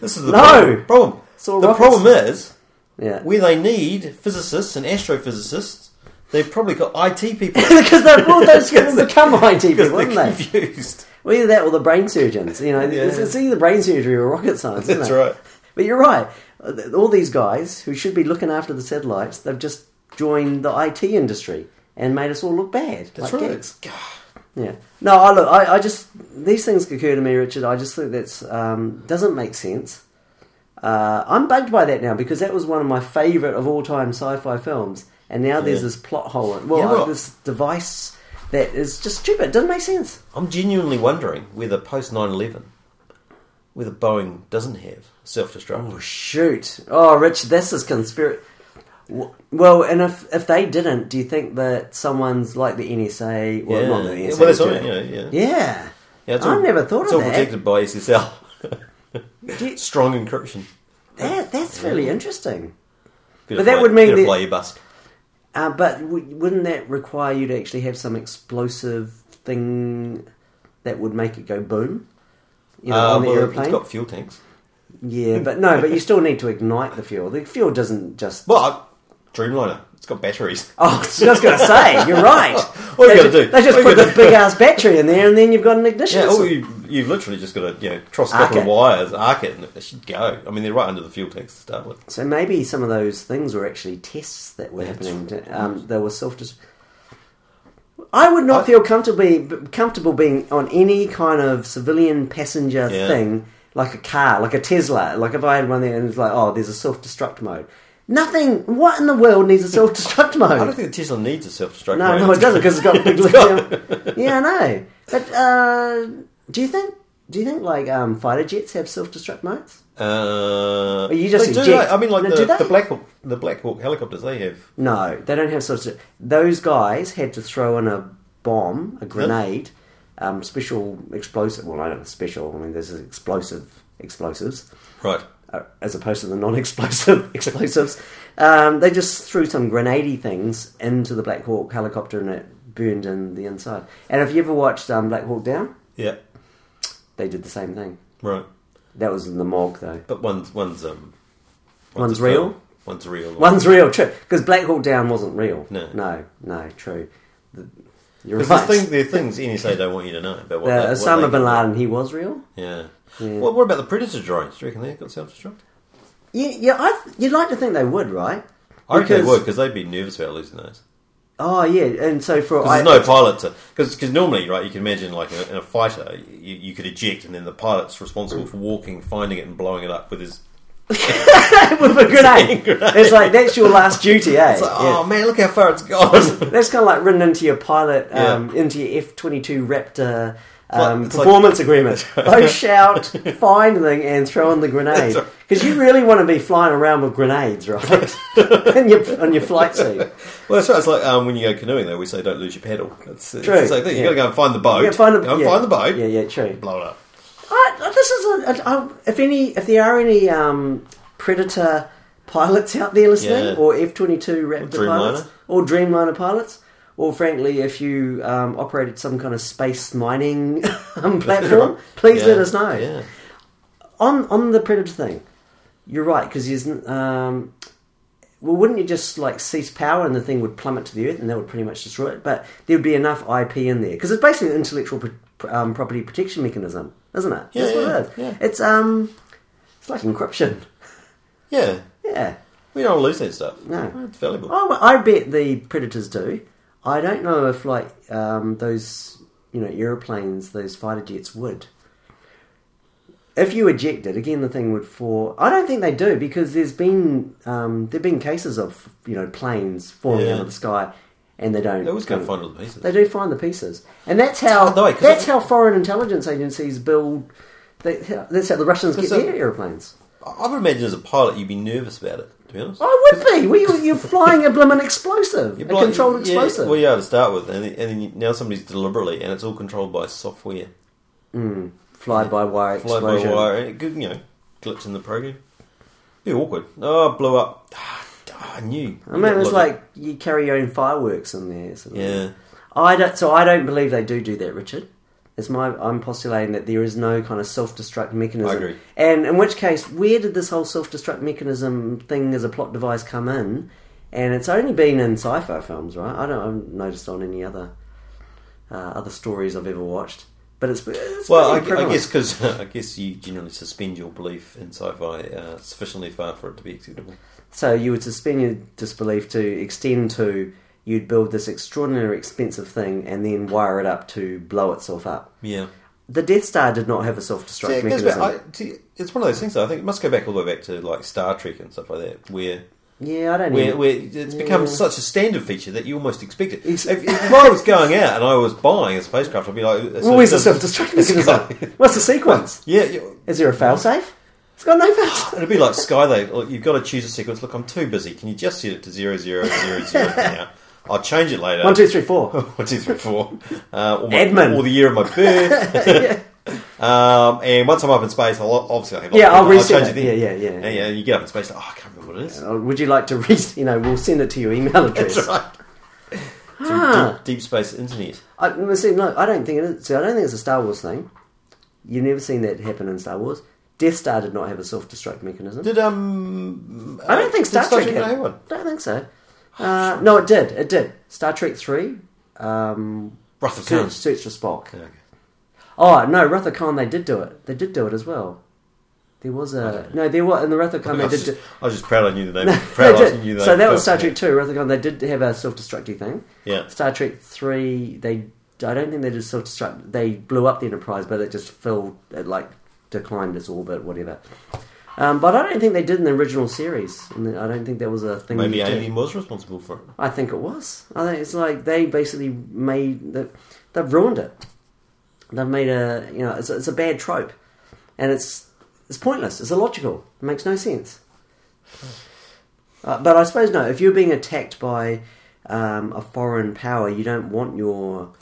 B: this is the
A: No.
B: problem. problem.
A: It's all
B: the
A: rockets.
B: problem is
A: Yeah.
B: where they need physicists and astrophysicists. They've probably got IT people
A: because they brought those people to become IT people,
B: because they're
A: didn't they?
B: confused.
A: Well, either that or the brain surgeons. You know, it's,
B: Yeah.
A: it's either brain surgery or rocket science. Isn't
B: That's
A: it?
B: right.
A: But you're right. Uh, All these guys who should be looking after the satellites, they've just joined the IT industry and made us all look bad.
B: That's
A: like
B: right.
A: geeks. Yeah. No, I look. I, I just these things occur to me, Richard. I just think that's um, doesn't make sense. Uh, I'm bugged by that now because that was one of my favourite of all time sci-fi films, and now there's
B: Yeah.
A: this plot hole. Well,
B: You know
A: uh,
B: what?
A: this device that is just stupid. Doesn't make sense.
B: I'm genuinely wondering whether post 9/11, whether Boeing doesn't have self-destruct.
A: Oh shoot! Oh, Rich, this is conspiracy. Well, and if if they didn't, do you think that someone's like the NSA? Well,
B: yeah.
A: not the
B: Yeah,
A: NSA.
B: well, that's
A: but-
B: all, you know, yeah.
A: Yeah.
B: Yeah, it's
A: I never thought
B: it's
A: of
B: all
A: that.
B: protected by SSL.
A: Do-
B: Strong encryption.
A: That, that's really interesting.
B: Bit
A: But
B: of
A: that
B: fly-
A: would mean
B: bit of
A: that-
B: fly you bust.
A: Uh, but w- wouldn't that require you to actually have some explosive thing that would make it go boom? You know,
B: Uh,
A: on the
B: well,
A: aeroplane.
B: It's got Hmm. fuel tanks.
A: Yeah, but no, but you still need to ignite the fuel. The fuel doesn't just.
B: Well, I- Dreamliner. It's got batteries.
A: Oh, I was just going to say, you're right.
B: What
A: they
B: you gotta
A: ju-
B: do?
A: They just
B: What you
A: put the
B: gotta-
A: big ass battery in there, and then you've got an ignition.
B: Yeah, oh,
A: system.
B: or you, you've literally just got to you know cross a
A: Arc
B: couple of
A: it.
B: wires, arc it, and it should go. I mean, they're right under the fuel tanks to start with.
A: So maybe some of those things were actually tests that were happening. To, um, there was self. I would not
B: I-
A: feel comfortable comfortable being on any kind of civilian passenger
B: Yeah.
A: thing, like a car, like a Tesla. Like if I had one there and it's like, oh, there's a self destruct mode. Nothing. What in the world needs a self destruct mode?
B: I don't think the Tesla needs a self-destruct.
A: No,
B: mode.
A: no, it doesn't because it's got big lithium. yeah, I know. But uh, do you think? Do you think like um, fighter jets have self-destruct modes?
B: Uh,
A: you just
B: they do,
A: eject.
B: I mean, like
A: No,
B: the,
A: do they?
B: the Black Hawk, the Black Hawk helicopters, they have.
A: No, they don't have self-destruct. Those guys had to throw in a bomb, a grenade, um, special explosive. Well, I don't know special. I mean, there's explosive explosives
B: Right.
A: uh, as opposed to the non-explosive explosives. Um, they just threw some grenady things into the Black Hawk helicopter and it burned in the inside. And if you ever watched um, Black Hawk Down,
B: Yeah.
A: they did the same thing.
B: Right.
A: That was in the morgue, though.
B: But one's one's um.
A: One's
B: a
A: real?
B: film, One's real.
A: One's real, true. Because Black Hawk Down wasn't real.
B: No.
A: no, no, true. The, you're right.
B: Because the thing, there are things NSA don't want you to know about what.
A: Uh,
B: they- what
A: Osama
B: they-
A: bin Laden, he was real.
B: Yeah. Well, what about the Predator drones? Do you reckon they got self-destruct?
A: Yeah, yeah. I, th- you'd like to think they would, right?
B: I reckon they
A: Because-
B: would because they'd be nervous about losing those.
A: Oh yeah, and so for I,
B: Because there's no pilot to because normally right you can imagine like in a, in a fighter you, you could eject and then the pilot's responsible for walking finding it and blowing it up with his
A: with a grenade. It's like that's your last duty, eh?
B: It's like,
A: Yeah.
B: oh man look how far it's gone
A: That's kind of like written into your pilot, um,
B: Yeah.
A: into your F twenty two Raptor um,
B: It's like-
A: performance agreement. Don't shout, find thing, and throw in the grenade
B: right.
A: because you really want to be flying around with grenades, right? in your on your flight suit.
B: well that's right it's like um, when you go canoeing though we say don't lose your paddle it's, it's,
A: True,
B: it's like you
A: yeah.
B: got to go and find the boat
A: Yeah, find the
B: go and
A: yeah.
B: find the boat
A: Yeah, yeah, true.
B: blow it up
A: I, I- this is a, I, I- if any if there are any um, predator pilots out there listening,
B: Yeah.
A: or F twenty two Raptor
B: Dreamliner.
A: pilots, or Dreamliner pilots, or frankly, if you um, operated some kind of space mining um, platform, please
B: Yeah.
A: let us know.
B: yeah
A: On on the predator thing, you're right because there's n- um, well, wouldn't you just like cease power and the thing would plummet to the earth and that would pretty much destroy it? But there would be enough IP in there because it's basically an intellectual pro- pr- um, property protection mechanism, isn't it?
B: Yeah,
A: That's
B: yeah,
A: what it is.
B: yeah.
A: It's um, it's like encryption.
B: yeah
A: Yeah.
B: we don't want to lose that stuff
A: No.
B: it's valuable
A: Oh, well, I bet the predators do. I don't know if like um, those you know airplanes, those fighter jets would. If you eject it again, the thing would fall. I don't think they do because there's been um, there've been cases of you know planes falling
B: Yeah.
A: out of the sky, and they don't.
B: they always go and find all the pieces
A: They do find the pieces, and that's how
B: hard though, 'cause
A: that's
B: it-
A: how foreign intelligence agencies build. They, that's how the Russians get
B: Because, uh,
A: their airplanes.
B: I I would imagine as a pilot you'd be nervous about it to to be honest.
A: I would be. Well, you, you're flying a blooming explosive,
B: You're
A: Oh, a
B: blind-
A: controlled
B: yeah,
A: explosive.
B: well, yeah, to start with, and, and then you- now somebody's deliberately, and it's all controlled by software,
A: Fly by wire
B: fly
A: explosion.
B: by wire, and it could, you know, glitch in the program. Be awkward. Oh, it blew up. Ah, I knew.
A: I mean, it was like you carry your own fireworks in there. Sort of.
B: yeah,
A: I don't. So I don't believe they do do that, Richard. It's my. I'm postulating that there is no kind of self-destruct mechanism.
B: I agree.
A: And in which case, where did this whole self-destruct mechanism thing as a plot device come in? And it's only been in sci-fi films, right? I don't. I haven't noticed on any other uh, other stories I've ever watched. But it's, it's
B: Well, I,
A: pretty
B: I
A: prevalent.
B: guess because I guess you generally suspend your belief in sci-fi uh, sufficiently far for it to be acceptable.
A: So you would suspend your disbelief to extend to you'd build this extraordinary expensive thing and then wire it up to blow itself up.
B: Yeah.
A: The Death Star did not have a self-destruct
B: See, it goes back,
A: mechanism.
B: I, see, it's one of those things. Though, I think it must go back all the way back to like Star Trek and stuff like that, where
A: yeah, I don't
B: where,
A: know.
B: where it's become
A: Yeah.
B: such a standard feature that you almost expect it.
A: Ex-
B: If, if, if I was going out and I was buying a spacecraft, I'd be like, uh, it's
A: Always a
B: it's
A: self-destruct
B: it's
A: mechanism.
B: got-
A: What's the sequence?
B: yeah, you-
A: Is there a failsafe? It's got no failsafe.
B: it'd be like Skylab. Look, you've got to choose a sequence. Look, I'm too busy. Can you just set it to zero zero zero zero for now? I'll change it later.
A: One, two, three, four.
B: One, two, three, four. Uh, or, my,
A: Edmund.
B: or the year of my birth.
A: yeah.
B: Um, and once I'm up in space, I'll obviously I'll,
A: Yeah, I'll reset
B: change
A: it.
B: it. then.
A: Yeah, yeah, yeah.
B: And, yeah, you get up in space. Like, oh, I can't remember what it is.
A: Uh, Would you like to read? You know, we'll send it to your email address.
B: That's right.
A: Ah.
B: Deep, deep space internet.
A: I, well, see, no, I don't think it is. See, I don't think it's a Star Wars thing. You've never seen that happen in Star Wars. Death Star did not have a self-destruct mechanism.
B: Did um?
A: I don't think Star,
B: did
A: Trek.
B: Trek Oh,
A: had-
B: have one.
A: Don't think so. Uh, no, it did. It did. Star Trek three. Um,
B: Wrath of
A: Search,
B: Khan.
A: Search for Spock.
B: Okay.
A: Oh no, Wrath of Khan. They did do it. They did do it as well. There was a no. There was in the Wrath of Khan.
B: I
A: They
B: was,
A: did.
B: just,
A: Do,
B: I was just proud I knew the name.
A: they
B: Proud I
A: did.
B: knew the name.
A: So that was
B: first.
A: Star Trek two. Wrath of Khan. They did have a self-destructive thing.
B: Yeah.
A: Star Trek three, they I don't think they did self destruct. They blew up the Enterprise, but it just fell, it like declined its orbit, whatever. Um, but I don't think they did in the original series. And I don't think that was a thing.
B: Maybe
A: you did.
B: Alien was responsible for it.
A: I think it was. I think it's like they basically made the, they've ruined it. They've made a you know it's a, it's a bad trope, and it's it's pointless. It's illogical. It makes no sense. Uh, but I suppose no. If you're being attacked by um, a foreign power, you don't want your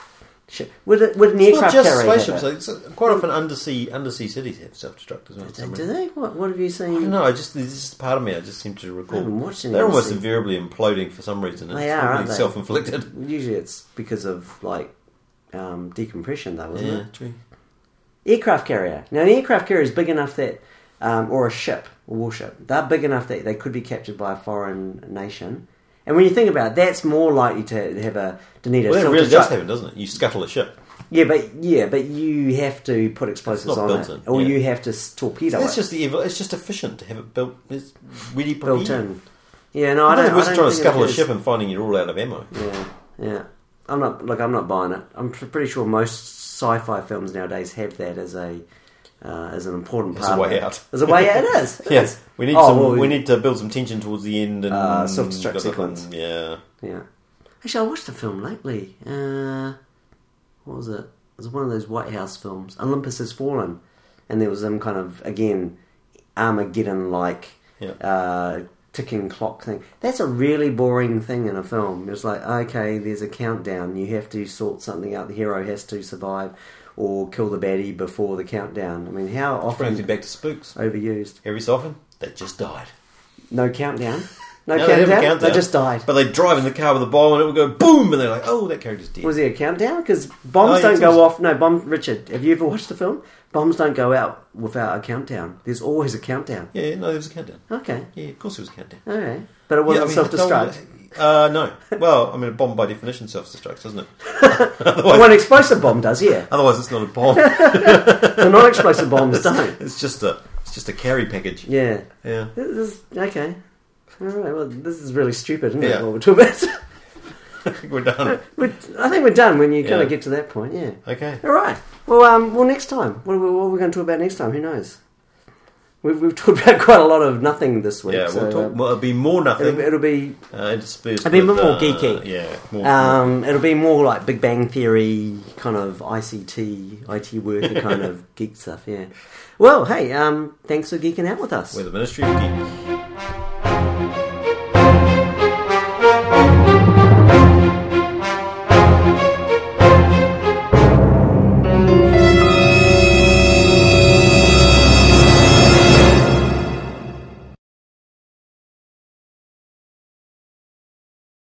A: ship. Would it, would an
B: Not
A: aircraft
B: just
A: carrier? have
B: spaceships.
A: it?
B: Like, so quite often, undersea undersea cities have self-destruct as well.
A: Do do they? What, what have you seen?
B: I don't know. I just this is part of me. I just seem to recall.
A: I haven't watched any
B: They're almost
A: undersea-
B: invariably imploding for some reason. It's
A: They are,
B: probably
A: aren't they?
B: self-inflicted.
A: Usually, it's because of like um, decompression, though, isn't it?
B: Yeah, true.
A: aircraft carrier. Now, an aircraft carrier is big enough that, um, or a ship, a warship, they're big enough that they could be captured by a foreign nation. And when you think about it, that's more likely to have a to need a
B: Well, that
A: self
B: really does
A: destruct.
B: happen, doesn't it? You scuttle a ship.
A: yeah, but yeah, but you have to put explosives
B: It's not
A: on
B: built
A: it,
B: in,
A: or
B: yeah.
A: you have to s- torpedo
B: That's
A: it
B: just the evil. It's just efficient to have it built. It's really
A: built in. Yeah, no, I
B: I
A: don't.
B: don't,
A: I
B: was
A: don't
B: trying to
A: think it
B: scuttle a
A: is.
B: ship and finding it all out of ammo.
A: Yeah, yeah. I'm not look. I'm not buying it. I'm pr- pretty sure most sci-fi films nowadays have that as a uh, as an important
B: As a
A: part.
B: way
A: of it.
B: out.
A: As a way out. It is. it
B: Yes,
A: is.
B: we need
A: Oh,
B: some.
A: well,
B: we, need to build some tension towards the end and
A: Uh, self-destruct
B: got nothing-
A: sequence.
B: Yeah,
A: Yeah. Actually, I watched a film lately. Uh, what was it? It was one of those White House films. Olympus Has Fallen. And there was some kind of, again, Armageddon like
B: Yeah.
A: uh, ticking clock thing. That's a really boring thing in a film. It's like, okay, there's a countdown. You have to sort something out. The hero has to survive or kill the baddie before the countdown. I mean, how
B: brings me
A: often
B: back to spooks.
A: overused?
B: Every so often, they just died.
A: No countdown? No,
B: No, they
A: countdown?
B: have a
A: They just died.
B: But they drive in the car with a bomb and it would go boom, and they're like, "Oh, that character's dead."
A: Was there a countdown? Because bombs
B: Oh, yeah,
A: don't
B: it's
A: go
B: always-
A: off. No, bomb. Richard, have you ever watched the film? Bombs don't go out without a countdown. There's always a countdown.
B: yeah, no, there was a countdown.
A: Okay,
B: Yeah, of course there was a countdown.
A: all right, but it wasn't
B: Yeah, I mean, no one-
A: self-destruct.
B: Uh, no. Well, I mean, a bomb by definition self-destructs, doesn't it?
A: Well, an explosive bomb does, yeah.
B: Otherwise, it's not a bomb.
A: The non-explosive bombs don't.
B: it's just a, it's just a carry package.
A: Yeah.
B: Yeah.
A: This is, okay. All right. Well, this is really stupid, isn't it?
B: Yeah.
A: What we're talking about.
B: I think we're done.
A: We're- I think we're done when you kind
B: Yeah.
A: of get to that point. Yeah.
B: Okay.
A: All right. Well, um, well, next time. What are we, what are we going to talk about next time? Who knows? We've, we've talked about quite a lot of nothing this week.
B: Yeah,
A: so,
B: we'll talk.
A: um,
B: well, it'll be more
A: it'll,
B: nothing.
A: it'll be
B: uh, interspersed.
A: it'll be a
B: with,
A: bit more
B: uh,
A: geeky.
B: Yeah, more.
A: Um, it'll be more like Big Bang Theory, kind of ICT, IT worker kind of geek stuff, yeah. Well, hey, um, thanks for geeking out with us.
B: we're the Ministry of Geek.